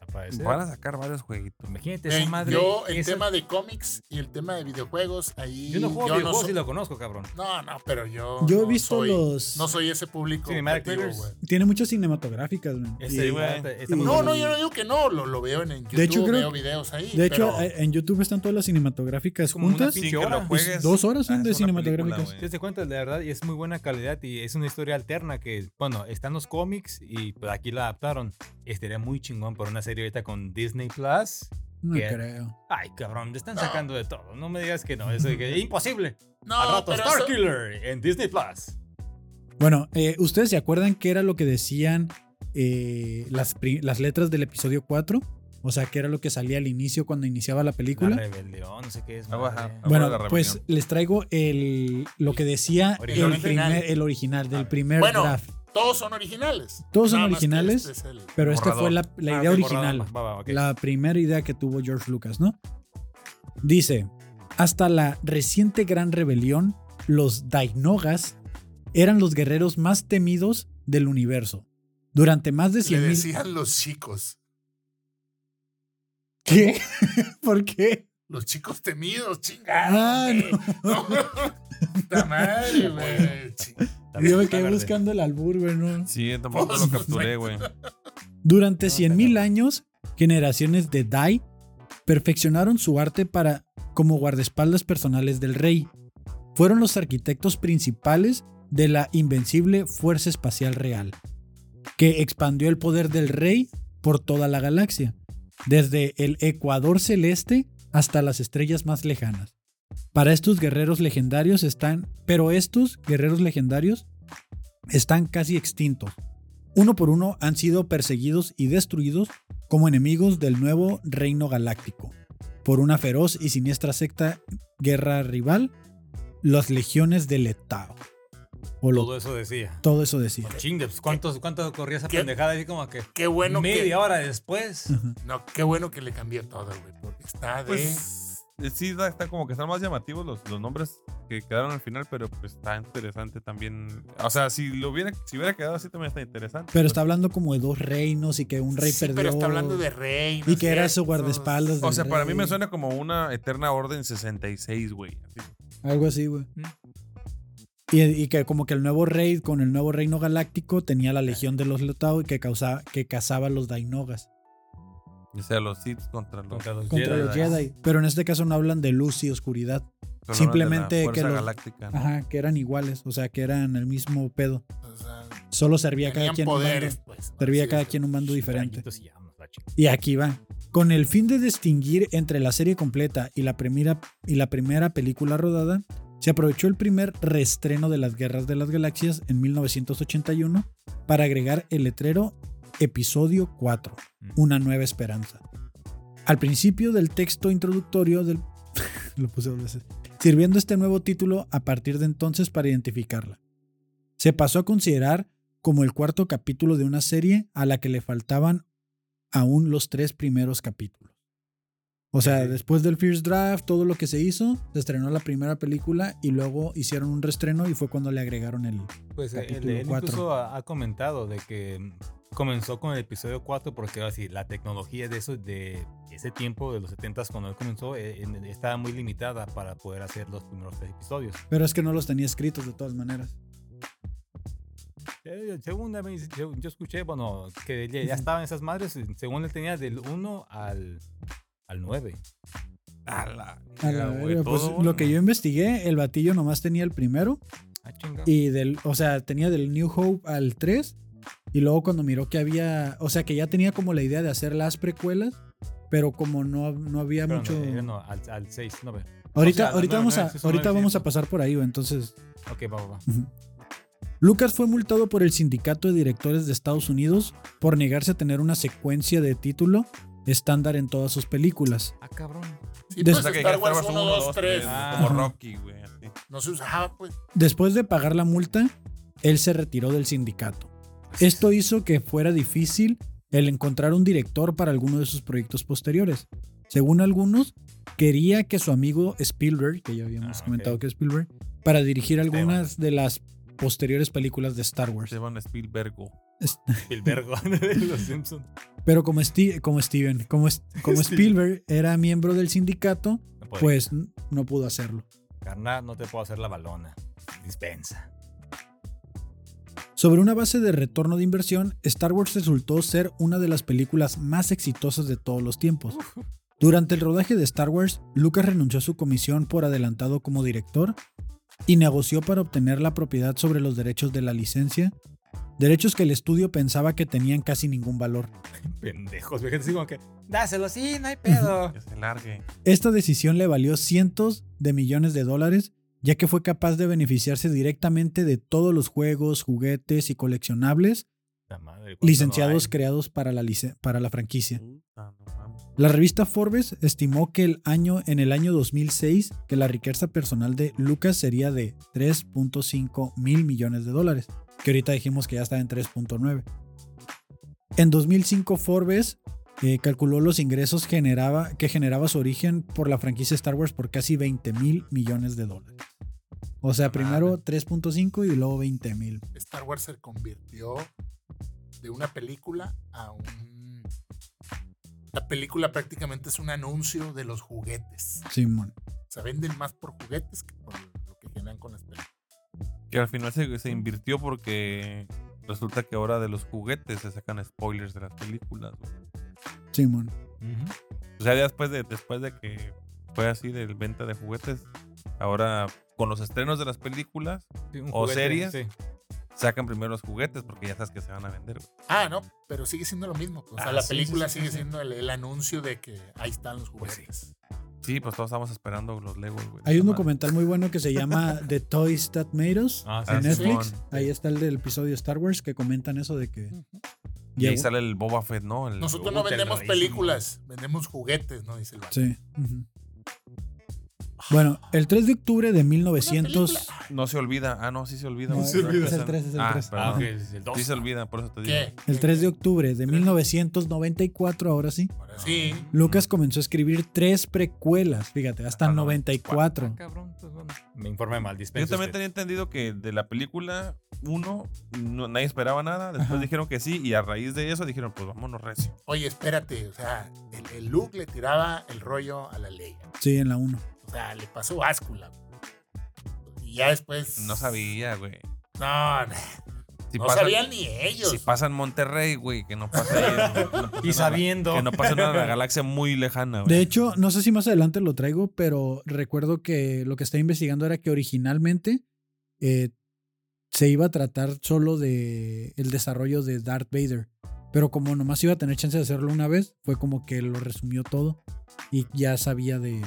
Speaker 3: al parecer.
Speaker 4: Van a sacar varios jueguitos.
Speaker 3: Imagínate
Speaker 2: Eh,
Speaker 3: esa madre.
Speaker 2: yo, el
Speaker 3: esa-
Speaker 2: tema de cómics y el tema de videojuegos, ahí.
Speaker 3: Yo no juego
Speaker 2: yo no,
Speaker 3: videojuegos
Speaker 2: so-
Speaker 3: y lo conozco, cabrón.
Speaker 2: no, no, pero yo.
Speaker 1: Yo he
Speaker 2: no
Speaker 1: visto
Speaker 2: soy-
Speaker 1: los.
Speaker 2: No soy ese público.
Speaker 3: Cinematic
Speaker 2: objetivo,
Speaker 3: Universe.
Speaker 2: güey.
Speaker 1: Tiene muchas cinematográficas, güey.
Speaker 3: Ese, este,
Speaker 4: Sí, güey.
Speaker 3: está- está muy
Speaker 1: Y-
Speaker 2: No,
Speaker 3: bueno.
Speaker 2: no, yo no digo que no, lo, lo veo en, en YouTube,
Speaker 1: De hecho, creo-
Speaker 2: veo videos ahí.
Speaker 1: De hecho,
Speaker 2: pero-
Speaker 1: eh, en YouTube están todas las cinematográficas
Speaker 3: como una
Speaker 1: juntas.
Speaker 3: pinche hora.
Speaker 1: Pues, dos horas son
Speaker 4: ah,
Speaker 1: de
Speaker 4: es una película,
Speaker 1: cinematográficas.
Speaker 4: güey.
Speaker 3: Te das cuenta, la verdad, y es muy buena calidad y es una historia alterna que, bueno, están los cómics y pues, aquí la adaptaron. Estaría muy chingón por una serie ahorita con Disney Plus.
Speaker 1: No
Speaker 3: ¿Qué?
Speaker 1: creo.
Speaker 3: Ay, cabrón, te están
Speaker 2: No.
Speaker 3: sacando de todo. No me digas que no, eso es que- imposible. Al
Speaker 2: no,
Speaker 3: rato,
Speaker 2: pero
Speaker 3: Star
Speaker 2: eso-
Speaker 3: Killer en Disney Plus.
Speaker 1: Bueno, eh, ¿ustedes se acuerdan qué era lo que decían eh, las, pri- las letras del episodio 4? O sea, ¿qué era lo que salía al inicio cuando iniciaba la
Speaker 3: La
Speaker 1: película?
Speaker 3: rebelión, no sé qué es.
Speaker 4: Ah,
Speaker 3: madre.
Speaker 4: ajá. Ah,
Speaker 1: Bueno,
Speaker 4: bueno, la
Speaker 1: pues les traigo el, lo que decía
Speaker 3: Original.
Speaker 1: el, primer, el original, del primer
Speaker 2: Bueno.
Speaker 1: draft.
Speaker 2: todos son originales.
Speaker 1: Todos son
Speaker 2: Nada más que
Speaker 1: originales.
Speaker 2: este es el-
Speaker 1: Pero esta
Speaker 4: Borrador.
Speaker 1: fue la, la
Speaker 3: Ah,
Speaker 1: idea
Speaker 3: ok,
Speaker 1: original.
Speaker 3: borrador. Va, va, ok.
Speaker 1: la primera idea que tuvo George Lucas, ¿no? Dice, hasta la reciente gran rebelión, los Dainogas eran los guerreros más temidos del universo. Durante más de
Speaker 2: Le
Speaker 1: 100.000...
Speaker 2: decían los chicos.
Speaker 1: ¿Qué? ¿Por qué?
Speaker 2: Los chicos temidos,
Speaker 1: Ah,
Speaker 2: chingados. no. Puta madre, güey. Ching-
Speaker 3: Está
Speaker 1: Yo me
Speaker 3: está
Speaker 1: quedé
Speaker 3: verde.
Speaker 1: buscando el albur, güey, ¿no?
Speaker 4: Sí, yo tampoco
Speaker 2: Pues,
Speaker 4: lo capturé, güey.
Speaker 1: Durante
Speaker 3: No,
Speaker 1: 100.000
Speaker 3: pero-
Speaker 1: años, generaciones de Dai perfeccionaron su arte para como guardaespaldas personales del rey. Fueron los arquitectos principales de la invencible Fuerza Espacial Real, que expandió el poder del rey por toda la galaxia, desde el Ecuador celeste hasta las estrellas más lejanas. Para estos guerreros legendarios están, pero estos guerreros legendarios están casi extintos uno por uno han sido perseguidos y destruidos como enemigos del nuevo reino galáctico. Por una feroz y siniestra secta guerra rival, las legiones de Letao. O lo-
Speaker 3: Todo eso decía.
Speaker 1: todo eso decía.
Speaker 3: Chingues, ¿cuántos, cuántos corría esa
Speaker 2: ¿Qué?
Speaker 3: pendejada? Así como que
Speaker 2: Qué bueno
Speaker 3: media
Speaker 2: que.
Speaker 3: hora después.
Speaker 1: Ajá.
Speaker 2: No, qué bueno que le cambié todo, güey. Porque está de.
Speaker 4: Pues eh, sí, da- está como que están más llamativos los, los nombres que quedaron al final, pero pues está interesante también. O sea, si lo hubiera, si hubiera quedado así también está interesante.
Speaker 1: Pero está hablando como de dos reinos y que un rey
Speaker 2: Sí,
Speaker 1: perdió.
Speaker 2: Pero está hablando de rey. no
Speaker 1: y
Speaker 2: sé,
Speaker 1: que era su
Speaker 2: esos-
Speaker 1: guardaespaldas.
Speaker 4: O
Speaker 1: del
Speaker 4: sea, para mí
Speaker 1: rey.
Speaker 4: me suena como una Eterna Orden 66, güey. así.
Speaker 1: Algo así, güey.
Speaker 3: ¿Mm?
Speaker 1: Y, y que como que el nuevo rey con el nuevo reino galáctico tenía la legión de los Letao y que, causaba, que cazaba a los Dainogas.
Speaker 4: O sea, los Sith contra los.
Speaker 3: Contra los
Speaker 1: contra
Speaker 3: Jedi.
Speaker 1: los Jedi. Pero en este caso no hablan de luz y oscuridad.
Speaker 4: contra los
Speaker 1: Simplemente
Speaker 4: de la
Speaker 1: que
Speaker 4: Fuerza
Speaker 1: los-
Speaker 4: galáctica. ¿no?
Speaker 1: Ajá, que eran iguales, o sea, que eran el mismo pedo.
Speaker 2: pues, O sea,
Speaker 1: Solo servía cada
Speaker 2: tenían
Speaker 1: quien un
Speaker 2: poderes,
Speaker 1: bando,
Speaker 2: pues.
Speaker 1: servía
Speaker 2: Así
Speaker 1: cada
Speaker 2: es.
Speaker 1: quien un bando diferente.
Speaker 3: Rayitos y llamas, la chingada.
Speaker 1: Y aquí va. Con el fin de distinguir entre la serie completa y la primera y la primera película rodada, se aprovechó el primer reestreno de las Guerras de las Galaxias en 1981 para agregar el letrero Episodio 4, Una nueva esperanza. Al principio del texto introductorio del... lo puse dos veces. Sirviendo este nuevo título a partir de entonces para identificarla. Se pasó a considerar como el cuarto capítulo de una serie a la que le faltaban aún los tres primeros capítulos. O sea, después del First Draft, todo lo que se hizo, se estrenó la primera película y luego hicieron un restreno y fue cuando le agregaron el...
Speaker 3: Pues eh, él,
Speaker 1: Capítulo
Speaker 3: él
Speaker 1: cuatro.
Speaker 3: incluso ha, ha comentado de que mm, comenzó con el episodio 4 porque así la tecnología de eso de ese tiempo de los 70s cuando él comenzó eh, en- estaba muy limitada para poder hacer los primeros tres episodios.
Speaker 1: Pero es que no los tenía escritos de todas maneras.
Speaker 3: Eh, Según a mí, yo, yo escuché, bueno, que ya, ya estaban esas madres, eh, según él tenía del 1 al, al 9.
Speaker 4: A la,
Speaker 1: Ah, A la
Speaker 4: verga, güey,
Speaker 1: verga, pues,
Speaker 4: todo,
Speaker 1: lo que
Speaker 4: no.
Speaker 1: yo investigué, el batillo nomás tenía el primero
Speaker 3: Ah, chinga.
Speaker 1: y del, o sea, tenía del New Hope al 3 y luego cuando miró que había, o sea, que ya tenía como la idea de hacer las precuelas, pero como no, no había
Speaker 3: Pero no,
Speaker 1: mucho...
Speaker 3: era eh, no, al, al 6, no, ve.
Speaker 1: ahorita
Speaker 3: o sea,
Speaker 1: ahorita,
Speaker 3: no, no,
Speaker 1: vamos,
Speaker 3: no,
Speaker 1: a,
Speaker 3: sí, son
Speaker 1: ahorita
Speaker 3: nueve,
Speaker 1: vamos
Speaker 3: sí.
Speaker 1: a pasar por ahí, güey, entonces...
Speaker 3: Ok, va, va, va.
Speaker 1: Ujú. Lucas fue multado por el Sindicato de Directores de Estados Unidos por negarse a tener una secuencia de título estándar en todas sus películas.
Speaker 3: Ah, cabrón.
Speaker 2: Sí,
Speaker 1: Des-
Speaker 2: pues
Speaker 4: O sea, que
Speaker 2: Star
Speaker 4: Star
Speaker 2: Wars
Speaker 4: Wars
Speaker 2: 1, 2, 3.
Speaker 3: Ah.
Speaker 4: Como Rocky, güey. así.
Speaker 2: No se usaba, pues.
Speaker 1: Después de pagar la multa, él se retiró del sindicato. Esto hizo que fuera difícil el encontrar un director para alguno de sus proyectos posteriores. Según algunos, quería que su amigo Spielberg, que ya habíamos
Speaker 3: Ah, ok.
Speaker 1: comentado que es Spielberg, para dirigir
Speaker 3: Esteban.
Speaker 1: algunas de las posteriores películas de Star Wars.
Speaker 4: Steven Spielbergo.
Speaker 3: Spielberg de los Simpsons.
Speaker 1: Pero como, Sti- como Steven, como, es- como Spielberg era miembro del sindicato,
Speaker 3: No puede.
Speaker 1: pues n- no pudo hacerlo.
Speaker 3: Carnal, no te puedo hacer la balona. Dispensa.
Speaker 1: Sobre una base de retorno de inversión, Star Wars resultó ser una de las películas más exitosas de todos los tiempos. Durante el rodaje de Star Wars, Lucas renunció a su comisión por adelantado como director y negoció para obtener la propiedad sobre los derechos de la licencia, derechos que el estudio pensaba que tenían casi ningún valor.
Speaker 3: Pendejos, fíjate, así como que. Dáselo, sí, no hay pedo.
Speaker 4: Que se largue.
Speaker 1: Esta decisión le valió cientos de millones de dólares, ya que fue capaz de beneficiarse directamente de todos los juegos, juguetes y coleccionables
Speaker 3: La madre, ¿cuánto
Speaker 1: licenciados
Speaker 3: no hay?
Speaker 1: creados para la, lice- para la franquicia.
Speaker 4: Puta, Ah, no mames.
Speaker 1: La revista Forbes estimó que el año, en el año 2006 que la riqueza personal de Lucas sería de 3.5 mil millones de dólares, que ahorita dijimos que ya está en 3.9. En 2005 Forbes eh, calculó los ingresos generaba, que generaba su origen por la franquicia Star Wars por casi 20 mil millones de dólares. O sea, primero 3.5 y luego 20 mil.
Speaker 2: Star Wars se convirtió de una película a un. La película prácticamente es un anuncio de los juguetes.
Speaker 1: Simón.
Speaker 2: Se venden más por juguetes que por lo que generan con las películas.
Speaker 4: Que al final se, se invirtió porque resulta que ahora de los juguetes se sacan spoilers de las películas. güey.
Speaker 1: Simón.
Speaker 3: Ujú.
Speaker 4: O sea, ya después de, después de que fue así del venta de juguetes, ahora con los estrenos de las películas
Speaker 3: Sí, un
Speaker 4: O series.
Speaker 3: sí.
Speaker 4: sacan primero los juguetes porque ya sabes que se van a vender. güey.
Speaker 2: Ah, no, pero sigue siendo lo mismo. pues. O sea,
Speaker 4: Ah,
Speaker 2: la
Speaker 4: sí,
Speaker 2: película
Speaker 4: sí, sí,
Speaker 2: sigue
Speaker 4: sí.
Speaker 2: siendo el, el anuncio de que ahí están los
Speaker 4: Pues sí.
Speaker 2: juguetes.
Speaker 4: Sí, pues todos estamos esperando los Legos, güey.
Speaker 1: Hay un
Speaker 4: Esa
Speaker 1: documental muy bueno que se llama The Toys That Made Us.
Speaker 3: Ah,
Speaker 4: madre.
Speaker 1: en
Speaker 4: Ah, Simón.
Speaker 1: Netflix. Ahí está el del episodio de Star Wars que comentan eso de que.
Speaker 4: Y ahí
Speaker 1: Llegó-
Speaker 4: sale el Boba Fett, ¿no? El-
Speaker 2: Nosotros no
Speaker 3: Puta, el
Speaker 2: vendemos
Speaker 3: raíz,
Speaker 2: películas, vendemos juguetes, ¿no? Dice el vato.
Speaker 1: Sí. ujú. Bueno, el 3 de octubre de 1900.
Speaker 4: No se olvida. Ah, no, sí se olvida.
Speaker 1: No,
Speaker 4: güey.
Speaker 1: es el
Speaker 4: Regresa.
Speaker 1: tres, es el
Speaker 4: Ah,
Speaker 1: tres.
Speaker 4: perdón.
Speaker 3: Ah, ok, es el dos.
Speaker 4: Sí se olvida, por eso te digo.
Speaker 2: ¿Qué?
Speaker 1: El 3 de octubre de 1994, ahora sí.
Speaker 2: Ahora sí.
Speaker 1: Lucas comenzó a escribir tres precuelas, fíjate, hasta
Speaker 4: Hasta
Speaker 1: el
Speaker 3: Ah,
Speaker 1: 94.
Speaker 3: cabrón, pues bueno. Me informé mal,
Speaker 4: Yo
Speaker 3: dispensa.
Speaker 4: también
Speaker 3: usted.
Speaker 4: tenía entendido que de la película uno no- nadie esperaba nada, después
Speaker 1: Ajá.
Speaker 4: dijeron que sí y a raíz de eso dijeron, pues vámonos recio.
Speaker 2: Oye, espérate, o sea, el, el Luke le tiraba el rollo a la ley.
Speaker 1: Sí, en la 1.
Speaker 2: O sea, le pasó báscula. Y ya después.
Speaker 4: No sabía, güey.
Speaker 2: No, no,
Speaker 4: Si
Speaker 2: no
Speaker 4: pasa-
Speaker 2: sabían ni ellos.
Speaker 4: Si pasa en Monterrey, güey, que no pasa ahí, no- no pasa
Speaker 3: Y
Speaker 4: en
Speaker 3: sabiendo.
Speaker 4: una- Que no pasa en una galaxia muy lejana, güey.
Speaker 1: De hecho, no sé si más adelante lo traigo, pero recuerdo que lo que estaba investigando era que originalmente eh, se iba a tratar solo de el desarrollo de Darth Vader. Pero como nomás iba a tener chance de hacerlo una vez, fue como que lo resumió todo y ya sabía de,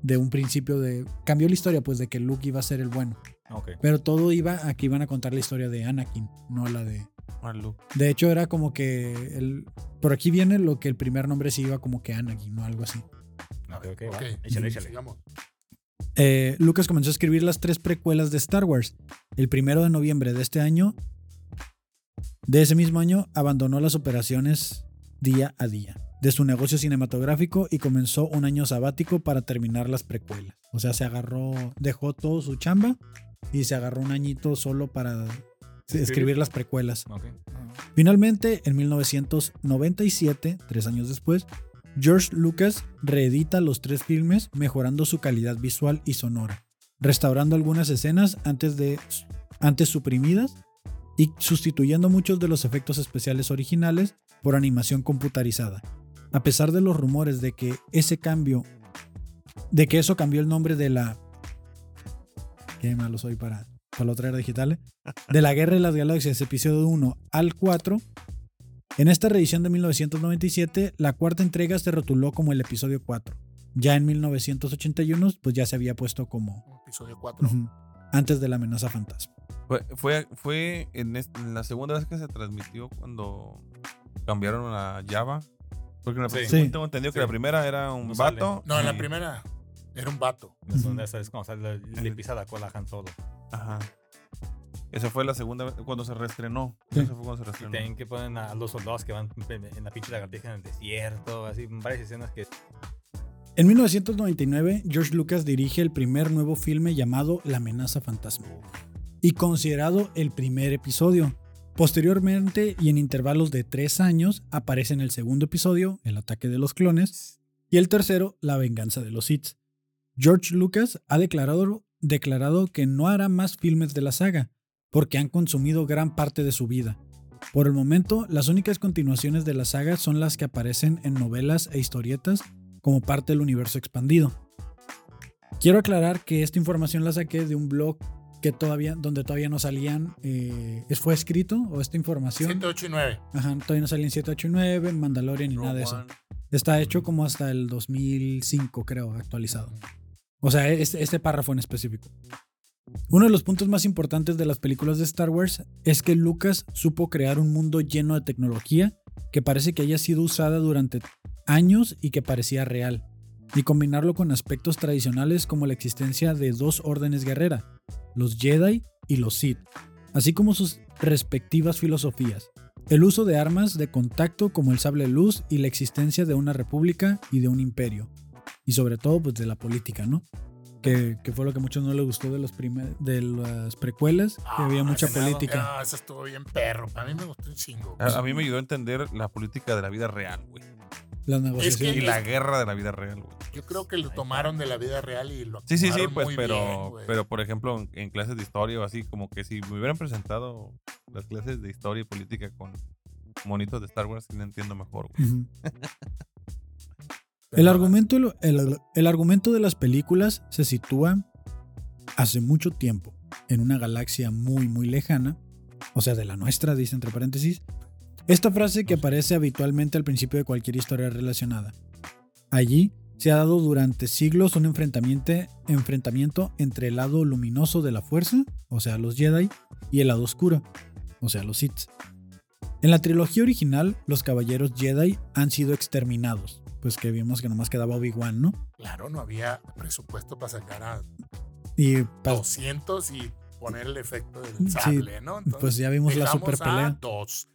Speaker 1: de un principio de... Cambió la historia, pues, de que Luke iba a ser el bueno.
Speaker 3: Ok.
Speaker 1: Pero todo iba a que iban a contar la historia de Anakin, no la de
Speaker 4: a Luke.
Speaker 1: De hecho, era como que. El, por aquí viene lo que el primer nombre sí iba como que Anakin o algo así.
Speaker 3: Ok, ok,
Speaker 2: Ok.
Speaker 3: va. Échale, échale.
Speaker 2: Sigamos.
Speaker 1: Eh, Lucas comenzó a escribir las tres precuelas de Star Wars. El primero de noviembre de este año, de ese mismo año, abandonó las operaciones día a día de su negocio cinematográfico y comenzó un año sabático para terminar las precuelas. O sea, se agarró, dejó todo su chamba y se agarró un añito solo para escribir las precuelas.
Speaker 3: Ok.
Speaker 1: Finalmente, en 1997, tres años después, George Lucas reedita los tres filmes mejorando su calidad visual y sonora, restaurando algunas escenas antes, de, antes suprimidas y sustituyendo muchos de los efectos especiales originales por animación computarizada. A pesar de los rumores de que ese cambio, de que eso cambió el nombre de la... Qué malo soy para, para lo traer digitales de la Guerra de las Galaxias, episodio 1 al 4. En esta reedición de 1997, la cuarta entrega se rotuló como el episodio 4. Ya en 1981, pues ya se había puesto como
Speaker 2: Episodio 4.
Speaker 1: ujú, antes de la amenaza fantasma.
Speaker 4: Fue, fue, fue en, es- en la segunda vez que se transmitió cuando cambiaron a Java. Porque en la
Speaker 3: Sí.
Speaker 4: primera
Speaker 1: Sí.
Speaker 4: tengo entendido que
Speaker 3: Sí.
Speaker 4: la primera era un
Speaker 3: No sale.
Speaker 4: vato.
Speaker 2: No, en la
Speaker 4: y-
Speaker 2: primera era un vato.
Speaker 3: La segunda esa es cuando sale- le,
Speaker 4: Ujú.
Speaker 3: pisa la cola a Han Solo.
Speaker 4: Ajá. Esa fue la segunda vez cuando se reestrenó.
Speaker 1: Sí.
Speaker 4: Esa fue cuando se
Speaker 3: Y
Speaker 4: reestrenó.
Speaker 3: tienen que ponen a los soldados que van en la pinche lagartija en el desierto, así, varias escenas que...
Speaker 1: En 1999, George Lucas dirige el primer nuevo filme llamado La amenaza fantasma y considerado el primer episodio. Posteriormente y en intervalos de tres años aparecen el segundo episodio, El ataque de los clones, y el tercero, La venganza de los Sith. George Lucas ha declarado, declarado que no hará más filmes de la saga, porque han consumido gran parte de su vida. Por el momento, las únicas continuaciones de la saga son las que aparecen en novelas e historietas como parte del universo expandido. Quiero aclarar que esta información la saqué de un blog que todavía, donde todavía no salían, eh, fue escrito o esta información.
Speaker 2: 7, 8 y 9.
Speaker 1: Ajá, todavía no salían 789, Mandalorian ni nada de eso.
Speaker 4: Rogue
Speaker 1: Está hecho como hasta el 2005, creo, actualizado. O sea, este, este párrafo en específico. Uno de los puntos más importantes de las películas de Star Wars es que Lucas supo crear un mundo lleno de tecnología que parece que haya sido usada durante años y que parecía real, y combinarlo con aspectos tradicionales como la existencia de dos órdenes guerrera, los Jedi y los Sith, así como sus respectivas filosofías, el uso de armas de contacto como el sable de luz y la existencia de una república y de un imperio, y sobre todo pues de la política, ¿no? Que, que fue lo que a muchos no les gustó de, los primer- de las precuelas, que había mucha
Speaker 2: ese Ah, no,
Speaker 1: política.
Speaker 2: No, eso estuvo bien perro. A mí me gustó un chingo.
Speaker 4: One. A, a mí me ayudó a entender la política de la vida real, güey.
Speaker 1: Las
Speaker 2: Sí,
Speaker 4: Y
Speaker 1: negociaciones.
Speaker 4: la guerra de la vida real, güey.
Speaker 2: Yo creo que lo tomaron de la vida real y lo
Speaker 4: Sí, sí, sí,
Speaker 2: actuaron
Speaker 4: pues,
Speaker 2: muy
Speaker 4: pero,
Speaker 2: bien, güey.
Speaker 4: pero por ejemplo, en, en clases de historia o así, como que si me hubieran presentado las clases de historia y política con monitos de Star Wars, sí le entiendo mejor,
Speaker 2: Mm.
Speaker 4: güey.
Speaker 1: Ujú. El argumento, el, el argumento de las películas se sitúa hace mucho tiempo en una galaxia muy muy lejana, o sea de la nuestra, dice entre paréntesis, esta frase que aparece habitualmente al principio de cualquier historia relacionada. Allí se ha dado durante siglos un enfrentamiento, enfrentamiento entre el lado luminoso de la fuerza, o sea los Jedi, y el lado oscuro, o sea los Sith. En la trilogía original, los caballeros Jedi han sido exterminados, pues que vimos que nomás quedaba Obi-Wan, ¿no?
Speaker 2: Claro, no había presupuesto para sacar a
Speaker 1: Y pues, pa-
Speaker 2: 200 y poner el efecto del
Speaker 1: Sí,
Speaker 2: sable, ¿no? Entonces,
Speaker 1: pues ya vimos la
Speaker 2: dejamos
Speaker 1: super
Speaker 2: a
Speaker 1: pelea.
Speaker 2: dos.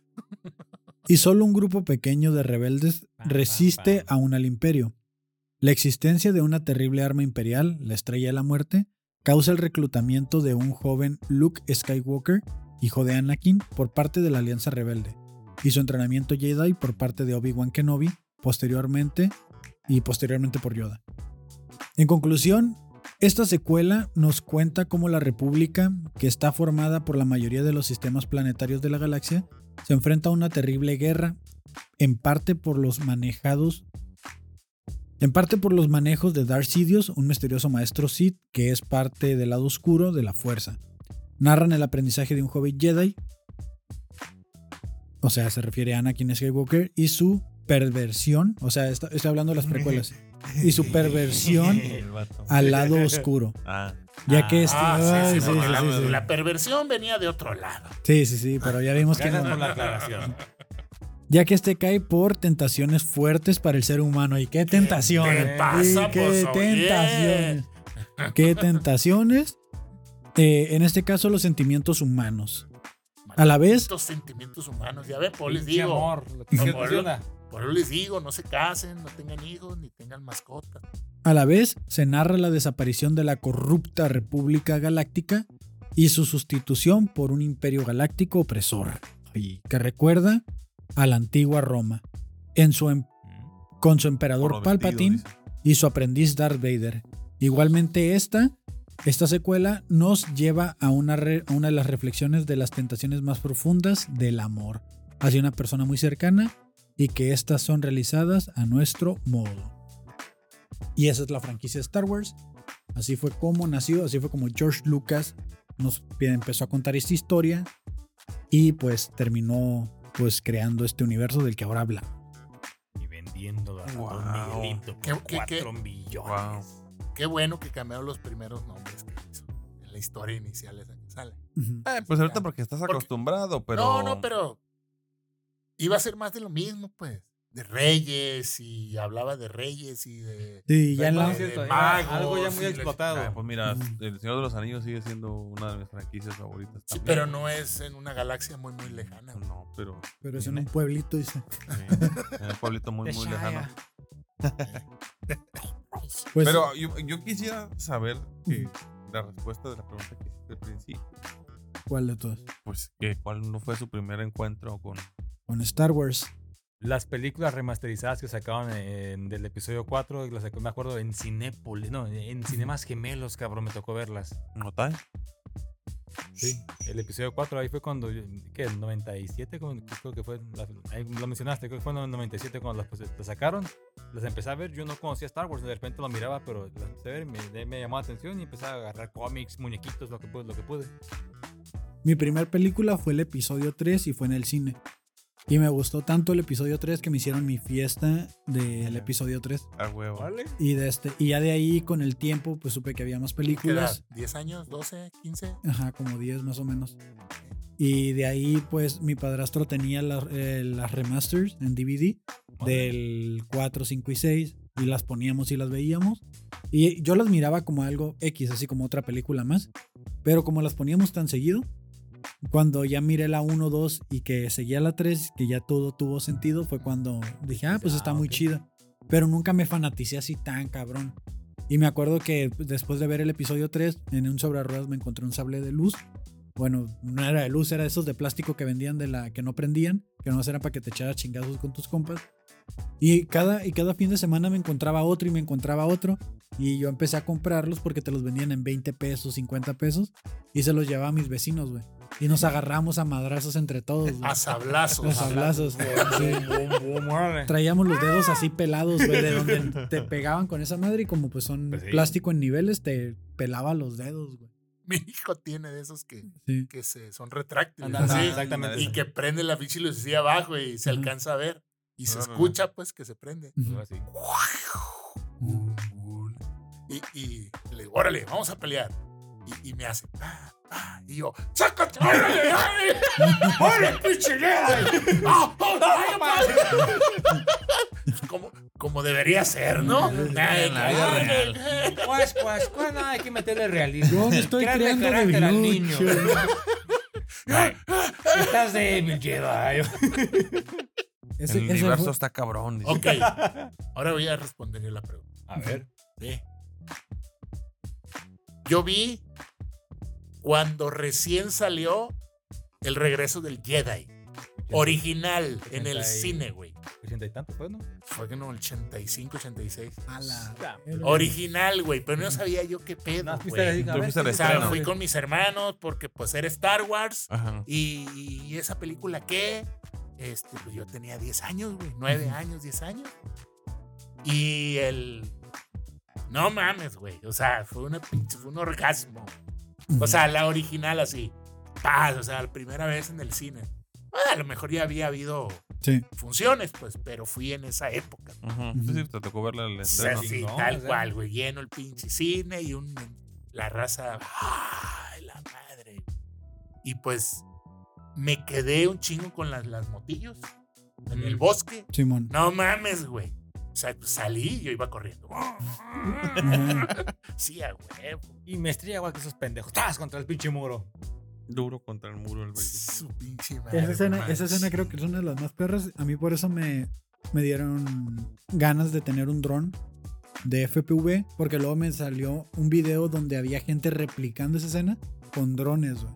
Speaker 1: Y solo un grupo pequeño de rebeldes
Speaker 3: Pam, pam,
Speaker 1: resiste
Speaker 3: pam.
Speaker 1: aún al imperio. La existencia de una terrible arma imperial, la Estrella de la Muerte, causa el reclutamiento de un joven Luke Skywalker, hijo de Anakin, por parte de la Alianza Rebelde, y su entrenamiento Jedi por parte de Obi-Wan Kenobi, posteriormente, y posteriormente por Yoda. En conclusión, esta secuela nos cuenta cómo la República, que está formada por la mayoría de los sistemas planetarios de la galaxia, se enfrenta a una terrible guerra, en parte por los manejados. En parte por los manejos de Darth Sidious, un misterioso maestro Sith que es parte del lado oscuro de la fuerza. Narran el aprendizaje de un joven Jedi, o sea, se refiere a Anakin Skywalker, y su perversión, o sea, está- estoy hablando de las precuelas, y su perversión
Speaker 4: El vato.
Speaker 1: al lado oscuro.
Speaker 4: Ah.
Speaker 1: Ya que este.
Speaker 2: Ah, sí,
Speaker 1: ay,
Speaker 2: sí,
Speaker 1: sí,
Speaker 2: porque
Speaker 1: sí,
Speaker 2: la,
Speaker 1: sí, sí.
Speaker 2: la perversión venía de otro lado.
Speaker 1: Sí, sí, sí, pero ya vimos que
Speaker 3: Gracias
Speaker 1: no.
Speaker 3: por la aclaración.
Speaker 1: Ya que este cae por tentaciones fuertes para el ser humano. ¿Y qué tentaciones?
Speaker 2: te pasa,
Speaker 1: ¿Y qué
Speaker 2: pues, oye?
Speaker 1: tentaciones? ¿Qué tentaciones? Eh, en este caso, los sentimientos humanos. A la vez,
Speaker 2: Estos sentimientos humanos, ya ves, por les
Speaker 3: Pinche
Speaker 2: digo.
Speaker 3: amor, lo que
Speaker 2: Amor.
Speaker 3: funciona.
Speaker 2: Por eso les digo, no se casen, no tengan hijos, ni tengan mascotas.
Speaker 1: a la vez, se narra la desaparición de la corrupta República Galáctica y su sustitución por un imperio galáctico opresor. Y que recuerda a la antigua Roma. En su em- con su emperador
Speaker 4: Por lo vestido,
Speaker 1: Palpatine
Speaker 4: dice.
Speaker 1: y su aprendiz Darth Vader. Igualmente esta, esta secuela nos lleva a una, re- a una de las reflexiones de las tentaciones más profundas del amor hacia una persona muy cercana y que estas son realizadas a nuestro modo. Y esa es la franquicia de Star Wars. Así fue como nació, así fue como George Lucas nos empezó a contar esta historia y pues terminó pues creando este universo del que ahora habla.
Speaker 3: Y vendiéndolo a
Speaker 4: Wow.
Speaker 3: Don Miguelito por
Speaker 2: ¿Qué- qué- qué?
Speaker 3: cuatro millones.
Speaker 4: Wow.
Speaker 2: Qué bueno que cambiaron los primeros nombres que hizo en la historia inicial esa que sale.
Speaker 1: Ujú.
Speaker 4: Eh, pues ahorita porque estás acostumbrado, pero.
Speaker 2: No, no, pero iba a ser más de lo mismo, pues. De reyes, y hablaba de reyes y de.
Speaker 1: Sí, ya en
Speaker 3: No,
Speaker 1: la,
Speaker 3: es cierto,
Speaker 2: de
Speaker 3: era
Speaker 2: magos,
Speaker 3: algo ya
Speaker 2: y
Speaker 3: muy
Speaker 2: la-
Speaker 4: Ah,
Speaker 3: explotado.
Speaker 4: pues mira,
Speaker 1: Mm.
Speaker 4: El Señor de los Anillos sigue siendo una de mis franquicias favoritas.
Speaker 2: Sí,
Speaker 4: también.
Speaker 2: pero no es en una galaxia muy, muy lejana. güey.
Speaker 4: No, pero. eh,
Speaker 1: Pero es en un pueblito, dice.
Speaker 4: en un pueblito muy,
Speaker 3: The
Speaker 4: muy
Speaker 3: Shire.
Speaker 4: lejano.
Speaker 1: Pues,
Speaker 4: pero yo, yo quisiera saber que la respuesta de la pregunta que hiciste al principio,
Speaker 1: ¿cuál de todas?
Speaker 4: pues, que cuál no fue su primer encuentro con.
Speaker 1: Con Star Wars.
Speaker 3: Las películas remasterizadas que sacaban en- del episodio 4, y las sacó- me acuerdo en Cinépolis, no, en Cinemas Gemelos, cabrón, me tocó verlas.
Speaker 4: ¿Notai?
Speaker 3: Sí, el episodio 4, ahí fue cuando, yo- ¿qué? ¿El 97? Como- Creo que fue, la- ahí lo mencionaste, creo que fue en el 97 cuando las, pues, las sacaron. Las empecé a ver, yo no conocía Star Wars, de repente lo miraba, pero las empecé a ver, me, me llamó la atención y empecé a agarrar cómics, muñequitos, lo que pude, lo que pude.
Speaker 1: Mi primer película fue el episodio 3 y fue en el cine. Y me gustó tanto el episodio 3 que me hicieron mi fiesta del episodio 3.
Speaker 4: A huevo.
Speaker 3: ¿Vale?
Speaker 1: Y, de este, y ya de ahí, con el tiempo, pues supe que había más
Speaker 2: ¿Qué edad?
Speaker 1: películas.
Speaker 2: ¿10 años? ¿12? ¿15?
Speaker 1: Ajá, como 10 más o menos. Y de ahí, pues mi padrastro tenía la- eh, las remasters en DVD. del 4, 5 y 6 y las poníamos y las veíamos. Y yo las miraba como algo X, así como otra película más. Pero como las poníamos tan seguido, cuando ya miré la 1, 2 y que seguía la 3, que ya todo tuvo sentido, fue cuando dije, ah, pues
Speaker 3: Ah,
Speaker 1: está muy
Speaker 3: ok.
Speaker 1: chida. Pero nunca me fanaticé así tan cabrón. Y me acuerdo que después de ver el episodio 3, en un sobre ruedas me encontré un sable de luz. Bueno, no era de luz, era esos de plástico que vendían de la que no prendían, que no eran para que te echaras chingazos con tus compas. Y cada, y cada fin de semana me encontraba otro y me encontraba otro. Y yo empecé a comprarlos porque te los vendían en 20 pesos, 50 pesos. Y se los llevaba a mis vecinos, güey. Y nos agarramos a madrazos entre todos, güey.
Speaker 2: A sablazos.
Speaker 1: Los sablazos, güey. sí.
Speaker 3: Órale.
Speaker 1: Traíamos los dedos así pelados, güey, de donde te pegaban con esa madre. Y como pues son
Speaker 3: Pues sí.
Speaker 1: plástico en niveles, te pelaba los dedos, güey.
Speaker 2: Mi hijo tiene de esos que,
Speaker 1: Sí.
Speaker 2: que se, son retráctiles.
Speaker 3: Ándale,
Speaker 2: así,
Speaker 3: exactamente.
Speaker 2: y que prende la ficha y lo decía abajo y se
Speaker 1: Ujú.
Speaker 2: alcanza a ver. Y se
Speaker 4: No, no, no.
Speaker 2: escucha, pues, que se prende.
Speaker 1: Ujú.
Speaker 3: Así.
Speaker 2: Y, y le digo, órale, vamos a pelear. Y, y me hace, "Ah, ah", y yo, sácate, órale, órale, órale, pinche Jedi". Ah, ah, ah, ah. como, como debería ser, ¿no? Ay,
Speaker 4: la vida
Speaker 2: órale.
Speaker 3: Cuas, cuas, cuas, no, hay que meterle realismo.
Speaker 1: Yo me estoy
Speaker 3: Créanle
Speaker 1: creando de
Speaker 3: carácter al
Speaker 1: bilucho.
Speaker 3: niño. Estás débil, Jedi.
Speaker 1: Ese-
Speaker 4: el
Speaker 1: ese
Speaker 4: universo
Speaker 1: fue-
Speaker 4: está cabrón. dice.
Speaker 2: Ok, ahora voy a responder yo la pregunta.
Speaker 3: A ver.
Speaker 2: Sí. Yo vi cuando recién salió El regreso del Jedi, original, en el
Speaker 3: 80 y-
Speaker 2: cine, güey.
Speaker 3: 80 y tanto, pues, ¿no?
Speaker 2: Fue en el 85, 86.
Speaker 1: A la-
Speaker 2: Original, güey, pero no sabía yo qué pedo,
Speaker 3: No,
Speaker 2: güey.
Speaker 3: fuiste
Speaker 4: Tú fuiste al
Speaker 2: O sea,
Speaker 4: estreno.
Speaker 2: fui con mis hermanos porque pues era Star Wars
Speaker 4: Ajá.
Speaker 2: y, y esa película qué? Este, pues yo tenía 10 años, güey, 9 años, 10 años. Y el no mames, güey, o sea, fue una pinche- fue un orgasmo. O sea, la original así. Paz, o sea, la primera vez en el cine. Ah, a lo mejor ya había habido
Speaker 1: Sí.
Speaker 2: funciones, pues, pero fui en esa época.
Speaker 4: Ujú. Sí, sí, te tocó verla en el
Speaker 2: O sea,
Speaker 4: estreno.
Speaker 2: sí,
Speaker 3: chingón,
Speaker 2: tal
Speaker 3: Pues, o sea.
Speaker 2: cual, güey. Lleno el pinche cine y un, la raza. ¡Ay, la madre! Y pues me quedé un chingo con las, las motillos en el
Speaker 3: Mm.
Speaker 2: bosque.
Speaker 1: Simón.
Speaker 2: No mames, güey. O sea, pues, salí y yo iba corriendo.
Speaker 1: Ajá.
Speaker 2: Sí, a huevo.
Speaker 3: Y me estrella igual que esos pendejos. ¡Tas! Contra el pinche muro.
Speaker 4: Duro contra el muro el güey.
Speaker 2: Su pinche madre.
Speaker 1: Esa
Speaker 2: no
Speaker 1: escena,
Speaker 2: mames.
Speaker 1: esa escena creo que es una de las más perras. A mí por eso me, me dieron ganas de tener un dron de FPV, porque luego me salió un video donde había gente replicando esa escena con drones, güey.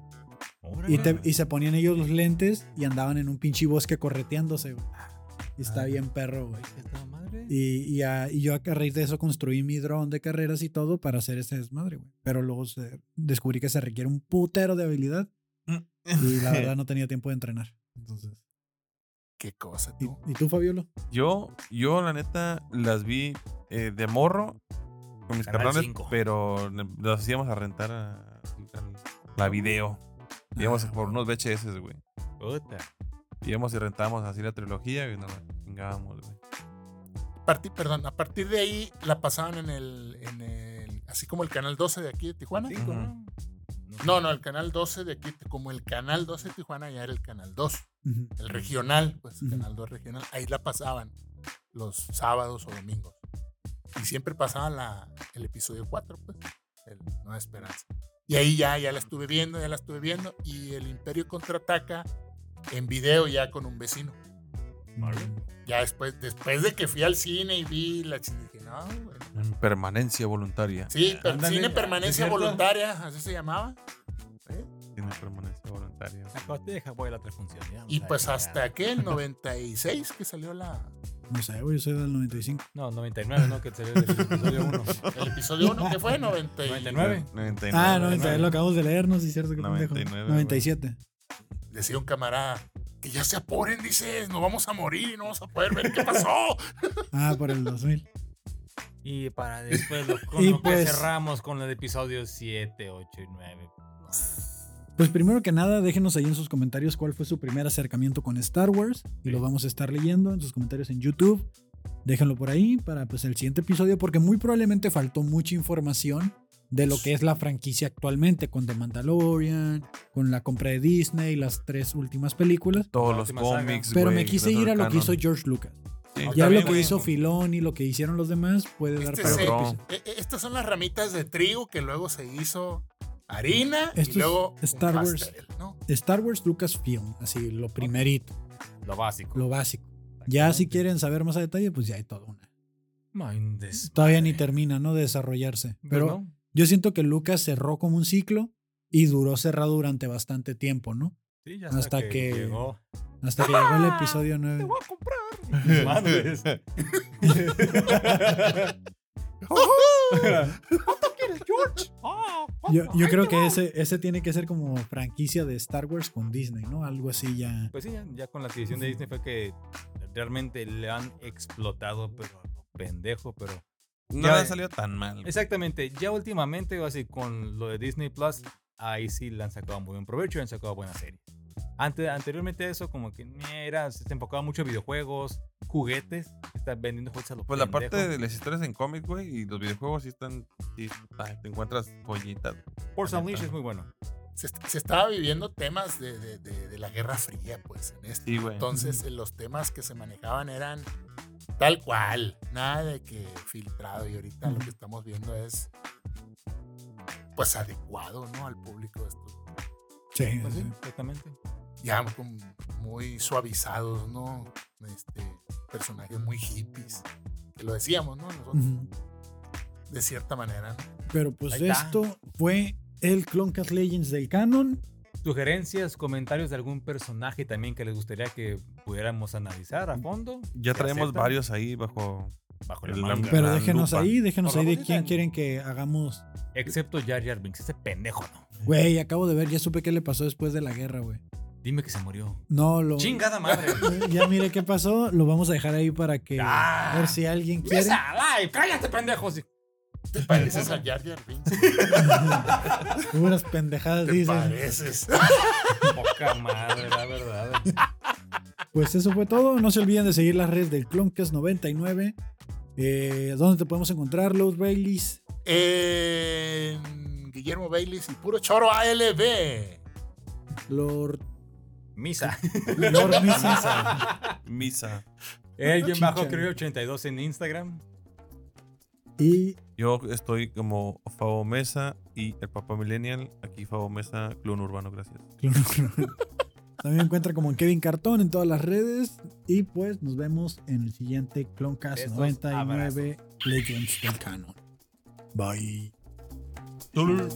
Speaker 1: Y, te- y se ponían ellos los lentes y andaban en un pinche bosque correteándose, güey. Y está
Speaker 3: Ah.
Speaker 1: bien perro, güey.
Speaker 3: madre.
Speaker 1: Y, y a- y yo a raíz de eso construí mi dron de carreras y todo para hacer ese desmadre, güey. Pero luego se- descubrí que se requiere un putero de habilidad y la verdad no tenía tiempo de entrenar. Entonces,
Speaker 2: Qué cosa,
Speaker 1: ¿y,
Speaker 2: tú.
Speaker 1: y tú, Fabiolo?
Speaker 4: Yo, yo la neta, las vi eh, de morro con mis
Speaker 3: Canal
Speaker 4: carnales,
Speaker 3: cinco.
Speaker 4: pero ne- las íbamos a rentar a, a la video. Íbamos por unos VHS, güey.
Speaker 3: Puta.
Speaker 4: Íbamos y rentábamos así la trilogía y nos la chingábamos, güey.
Speaker 2: Partí, perdón, a partir de ahí la pasaban en el, en el. Así como el canal 12 de aquí de Tijuana.
Speaker 3: Cinco,
Speaker 4: Ujú.
Speaker 3: ¿no?
Speaker 2: No, no, el canal 12 de aquí, como el canal 12 de Tijuana ya era el canal 2,
Speaker 1: Ujú.
Speaker 2: el regional, pues
Speaker 1: Ujú.
Speaker 2: canal 2 regional, ahí la pasaban los sábados o domingos. Y siempre pasaba la, el episodio 4, pues, el Nueva Esperanza. Y ahí ya, ya la estuve viendo, ya la estuve viendo, y el Imperio contraataca en video ya con un vecino. Ya después, después de que fui al cine y vi la chingada, dije, no, güey,
Speaker 4: En permanencia voluntaria.
Speaker 2: Sí, per-
Speaker 3: Ah, Ándale,
Speaker 2: cine
Speaker 3: ¿es
Speaker 2: permanencia
Speaker 3: cierto?
Speaker 2: voluntaria, así se llamaba.
Speaker 4: Tiene permanencia voluntaria.
Speaker 3: Acabaste de Hawái la otra función. ya,
Speaker 2: Y
Speaker 3: la
Speaker 2: pues
Speaker 3: chingada.
Speaker 2: hasta que el 96 que salió la,
Speaker 1: No sé, güey, yo soy del 95.
Speaker 3: No, 99, ¿no? Que salió del episodio 1.
Speaker 2: El episodio 1 que fue 90 y-
Speaker 3: 99.
Speaker 4: 99.
Speaker 1: Ah, 90, lo acabamos de leer, no sé si es cierto que
Speaker 4: 99,
Speaker 1: pendejo.
Speaker 4: güey.
Speaker 1: 97.
Speaker 2: Decía un camarada que ya se apuren, dices, nos vamos a morir y no vamos a poder ver qué pasó.
Speaker 1: Ah, por el 2000.
Speaker 3: Y para después lo, con
Speaker 1: Y
Speaker 3: lo que
Speaker 1: pues-
Speaker 3: cerramos con el episodio 7, 8 y 9.
Speaker 1: Pues primero que nada, déjenos ahí en sus comentarios cuál fue su primer acercamiento con Star Wars. Y
Speaker 3: Sí.
Speaker 1: lo vamos a estar leyendo en sus comentarios en YouTube. Déjenlo por ahí para pues, el siguiente episodio, porque muy probablemente faltó mucha información de lo que es la franquicia actualmente, con The Mandalorian, con la compra de Disney, las tres últimas películas.
Speaker 4: Todos
Speaker 3: La
Speaker 4: los
Speaker 3: última saga.
Speaker 4: cómics,
Speaker 1: Pero
Speaker 4: güey,
Speaker 1: me quise
Speaker 4: dentro
Speaker 1: ir a
Speaker 4: del
Speaker 1: lo que hizo
Speaker 4: canon.
Speaker 1: George Lucas.
Speaker 4: Sí,
Speaker 2: Ya
Speaker 4: está
Speaker 1: Ya lo
Speaker 4: bien,
Speaker 1: que
Speaker 4: güey.
Speaker 1: hizo Filón y lo que hicieron los demás puede dar
Speaker 2: Este
Speaker 1: para
Speaker 2: se-
Speaker 1: otro
Speaker 4: Perdón.
Speaker 1: episodio.
Speaker 2: e- e- estas son las ramitas de trigo que luego se hizo harina
Speaker 1: Esto
Speaker 2: y
Speaker 1: es
Speaker 2: luego un
Speaker 1: Star Wars.
Speaker 2: pastel, ¿no?
Speaker 1: Star Wars Lucasfilm, así lo primerito,
Speaker 3: Lo básico.
Speaker 1: lo básico. Ya si quieren saber más a detalle, pues ya hay toda una.
Speaker 3: Mindes.
Speaker 1: Todavía ni termina, ¿no? De desarrollarse. Pero
Speaker 3: ¿Verdad?
Speaker 1: yo siento que Lucas cerró como un ciclo y duró cerrado durante bastante tiempo, ¿no?
Speaker 3: Sí, ya
Speaker 1: hasta que-
Speaker 3: llegó.
Speaker 1: Hasta que llegó el episodio 9.
Speaker 3: a comprar. Madres. ¿Cuánto quieres, George? Ah,
Speaker 1: Yo,
Speaker 3: ¿cuánto?
Speaker 1: yo
Speaker 3: Ahí
Speaker 1: creo
Speaker 3: te
Speaker 1: que
Speaker 3: va.
Speaker 1: ese, ese tiene que ser como franquicia de Star Wars con Disney, ¿no? Algo así ya.
Speaker 3: Pues sí, ya, ya con la adquisición de Disney fue que realmente le han explotado, pero pendejo, pero.
Speaker 4: No
Speaker 3: Ya-
Speaker 4: le ha salido tan mal. güey.
Speaker 3: Exactamente, ya últimamente, así con lo de Disney Plus, ahí sí le han sacado muy buen provecho y han sacado buena serie. Ante, anteriormente a eso, como que meh, era, se se enfocaba mucho en videojuegos, juguetes, está vendiendo juguetes a los
Speaker 4: Pues la
Speaker 3: pendejos.
Speaker 4: parte de las historias en cómics, güey, y los videojuegos sí están. Sí, ay, te encuentras joyitas.
Speaker 3: Force Unleashed es muy bueno.
Speaker 2: Se, est- se estaba viviendo temas de, de- de- de la Guerra Fría, pues, en este.
Speaker 4: Sí, güey.
Speaker 2: Entonces, eh, los temas que se manejaban eran tal cual, nada de que filtrado. Y ahorita lo que estamos viendo es, pues, adecuado, ¿no? Al público. Esto.
Speaker 1: Sí,
Speaker 3: Pues sí,
Speaker 1: sí.
Speaker 3: exactamente.
Speaker 2: Ya con- muy suavizados, ¿no? Este, personajes muy hippies. Que lo decíamos, ¿no? Nosotros,
Speaker 1: Ujú.
Speaker 2: de cierta manera. ¿no?
Speaker 1: Pero pues
Speaker 3: Ahí está.
Speaker 1: esto fue el Cloncast Legends del canon.
Speaker 3: Sugerencias, comentarios de algún personaje también que les gustaría que pudiéramos analizar a fondo.
Speaker 4: Ya
Speaker 3: ¿Se
Speaker 4: traemos
Speaker 3: aceptan?
Speaker 4: varios ahí bajo.
Speaker 3: Bajo la
Speaker 4: El
Speaker 3: manga.
Speaker 4: lambe-
Speaker 1: Pero
Speaker 4: la
Speaker 1: déjenos
Speaker 4: lupa.
Speaker 1: ahí, déjenos
Speaker 3: Por
Speaker 1: ahí
Speaker 3: favor,
Speaker 1: de quién
Speaker 3: digan.
Speaker 1: quieren que hagamos.
Speaker 3: Excepto Jar Jar Binks, ese pendejo no.
Speaker 1: Güey, acabo de ver, ya supe qué le pasó después de la guerra, güey.
Speaker 3: Dime que se murió.
Speaker 1: No, lo.
Speaker 3: Chingada madre.
Speaker 1: Ya mire qué pasó, lo vamos a dejar ahí para que.
Speaker 3: Ah.
Speaker 1: a ver si alguien quiere.
Speaker 3: ¡Esa live! ¡Cállate, pendejo! Sí.
Speaker 2: Te pareces a Jar Jar Binks.
Speaker 1: Puras pendejadas
Speaker 2: Te
Speaker 1: dicen.
Speaker 2: pareces.
Speaker 3: Poca madre, la verdad.
Speaker 1: Pues eso fue todo. No se olviden de seguir las redes del Cloncast99. Eh, ¿Dónde te podemos encontrar, Los Baileys?
Speaker 2: En Guillermo Baileys y puro choro ALB.
Speaker 1: Lord.
Speaker 3: Misa.
Speaker 1: Lord Misa.
Speaker 4: Misa.
Speaker 3: El guión bajo
Speaker 1: Chicha.
Speaker 3: creo 82 en Instagram.
Speaker 1: Y
Speaker 4: Yo estoy como Fabo Mesa y el Papá Millennial. Aquí Fabo Mesa, Clon Urbano, gracias.
Speaker 1: También me encuentra como Kevin Cartón en todas las redes. Y pues nos vemos en el siguiente Cloncast
Speaker 3: Besos,
Speaker 1: 99 Legends del Canon. Bye.
Speaker 4: Tulur.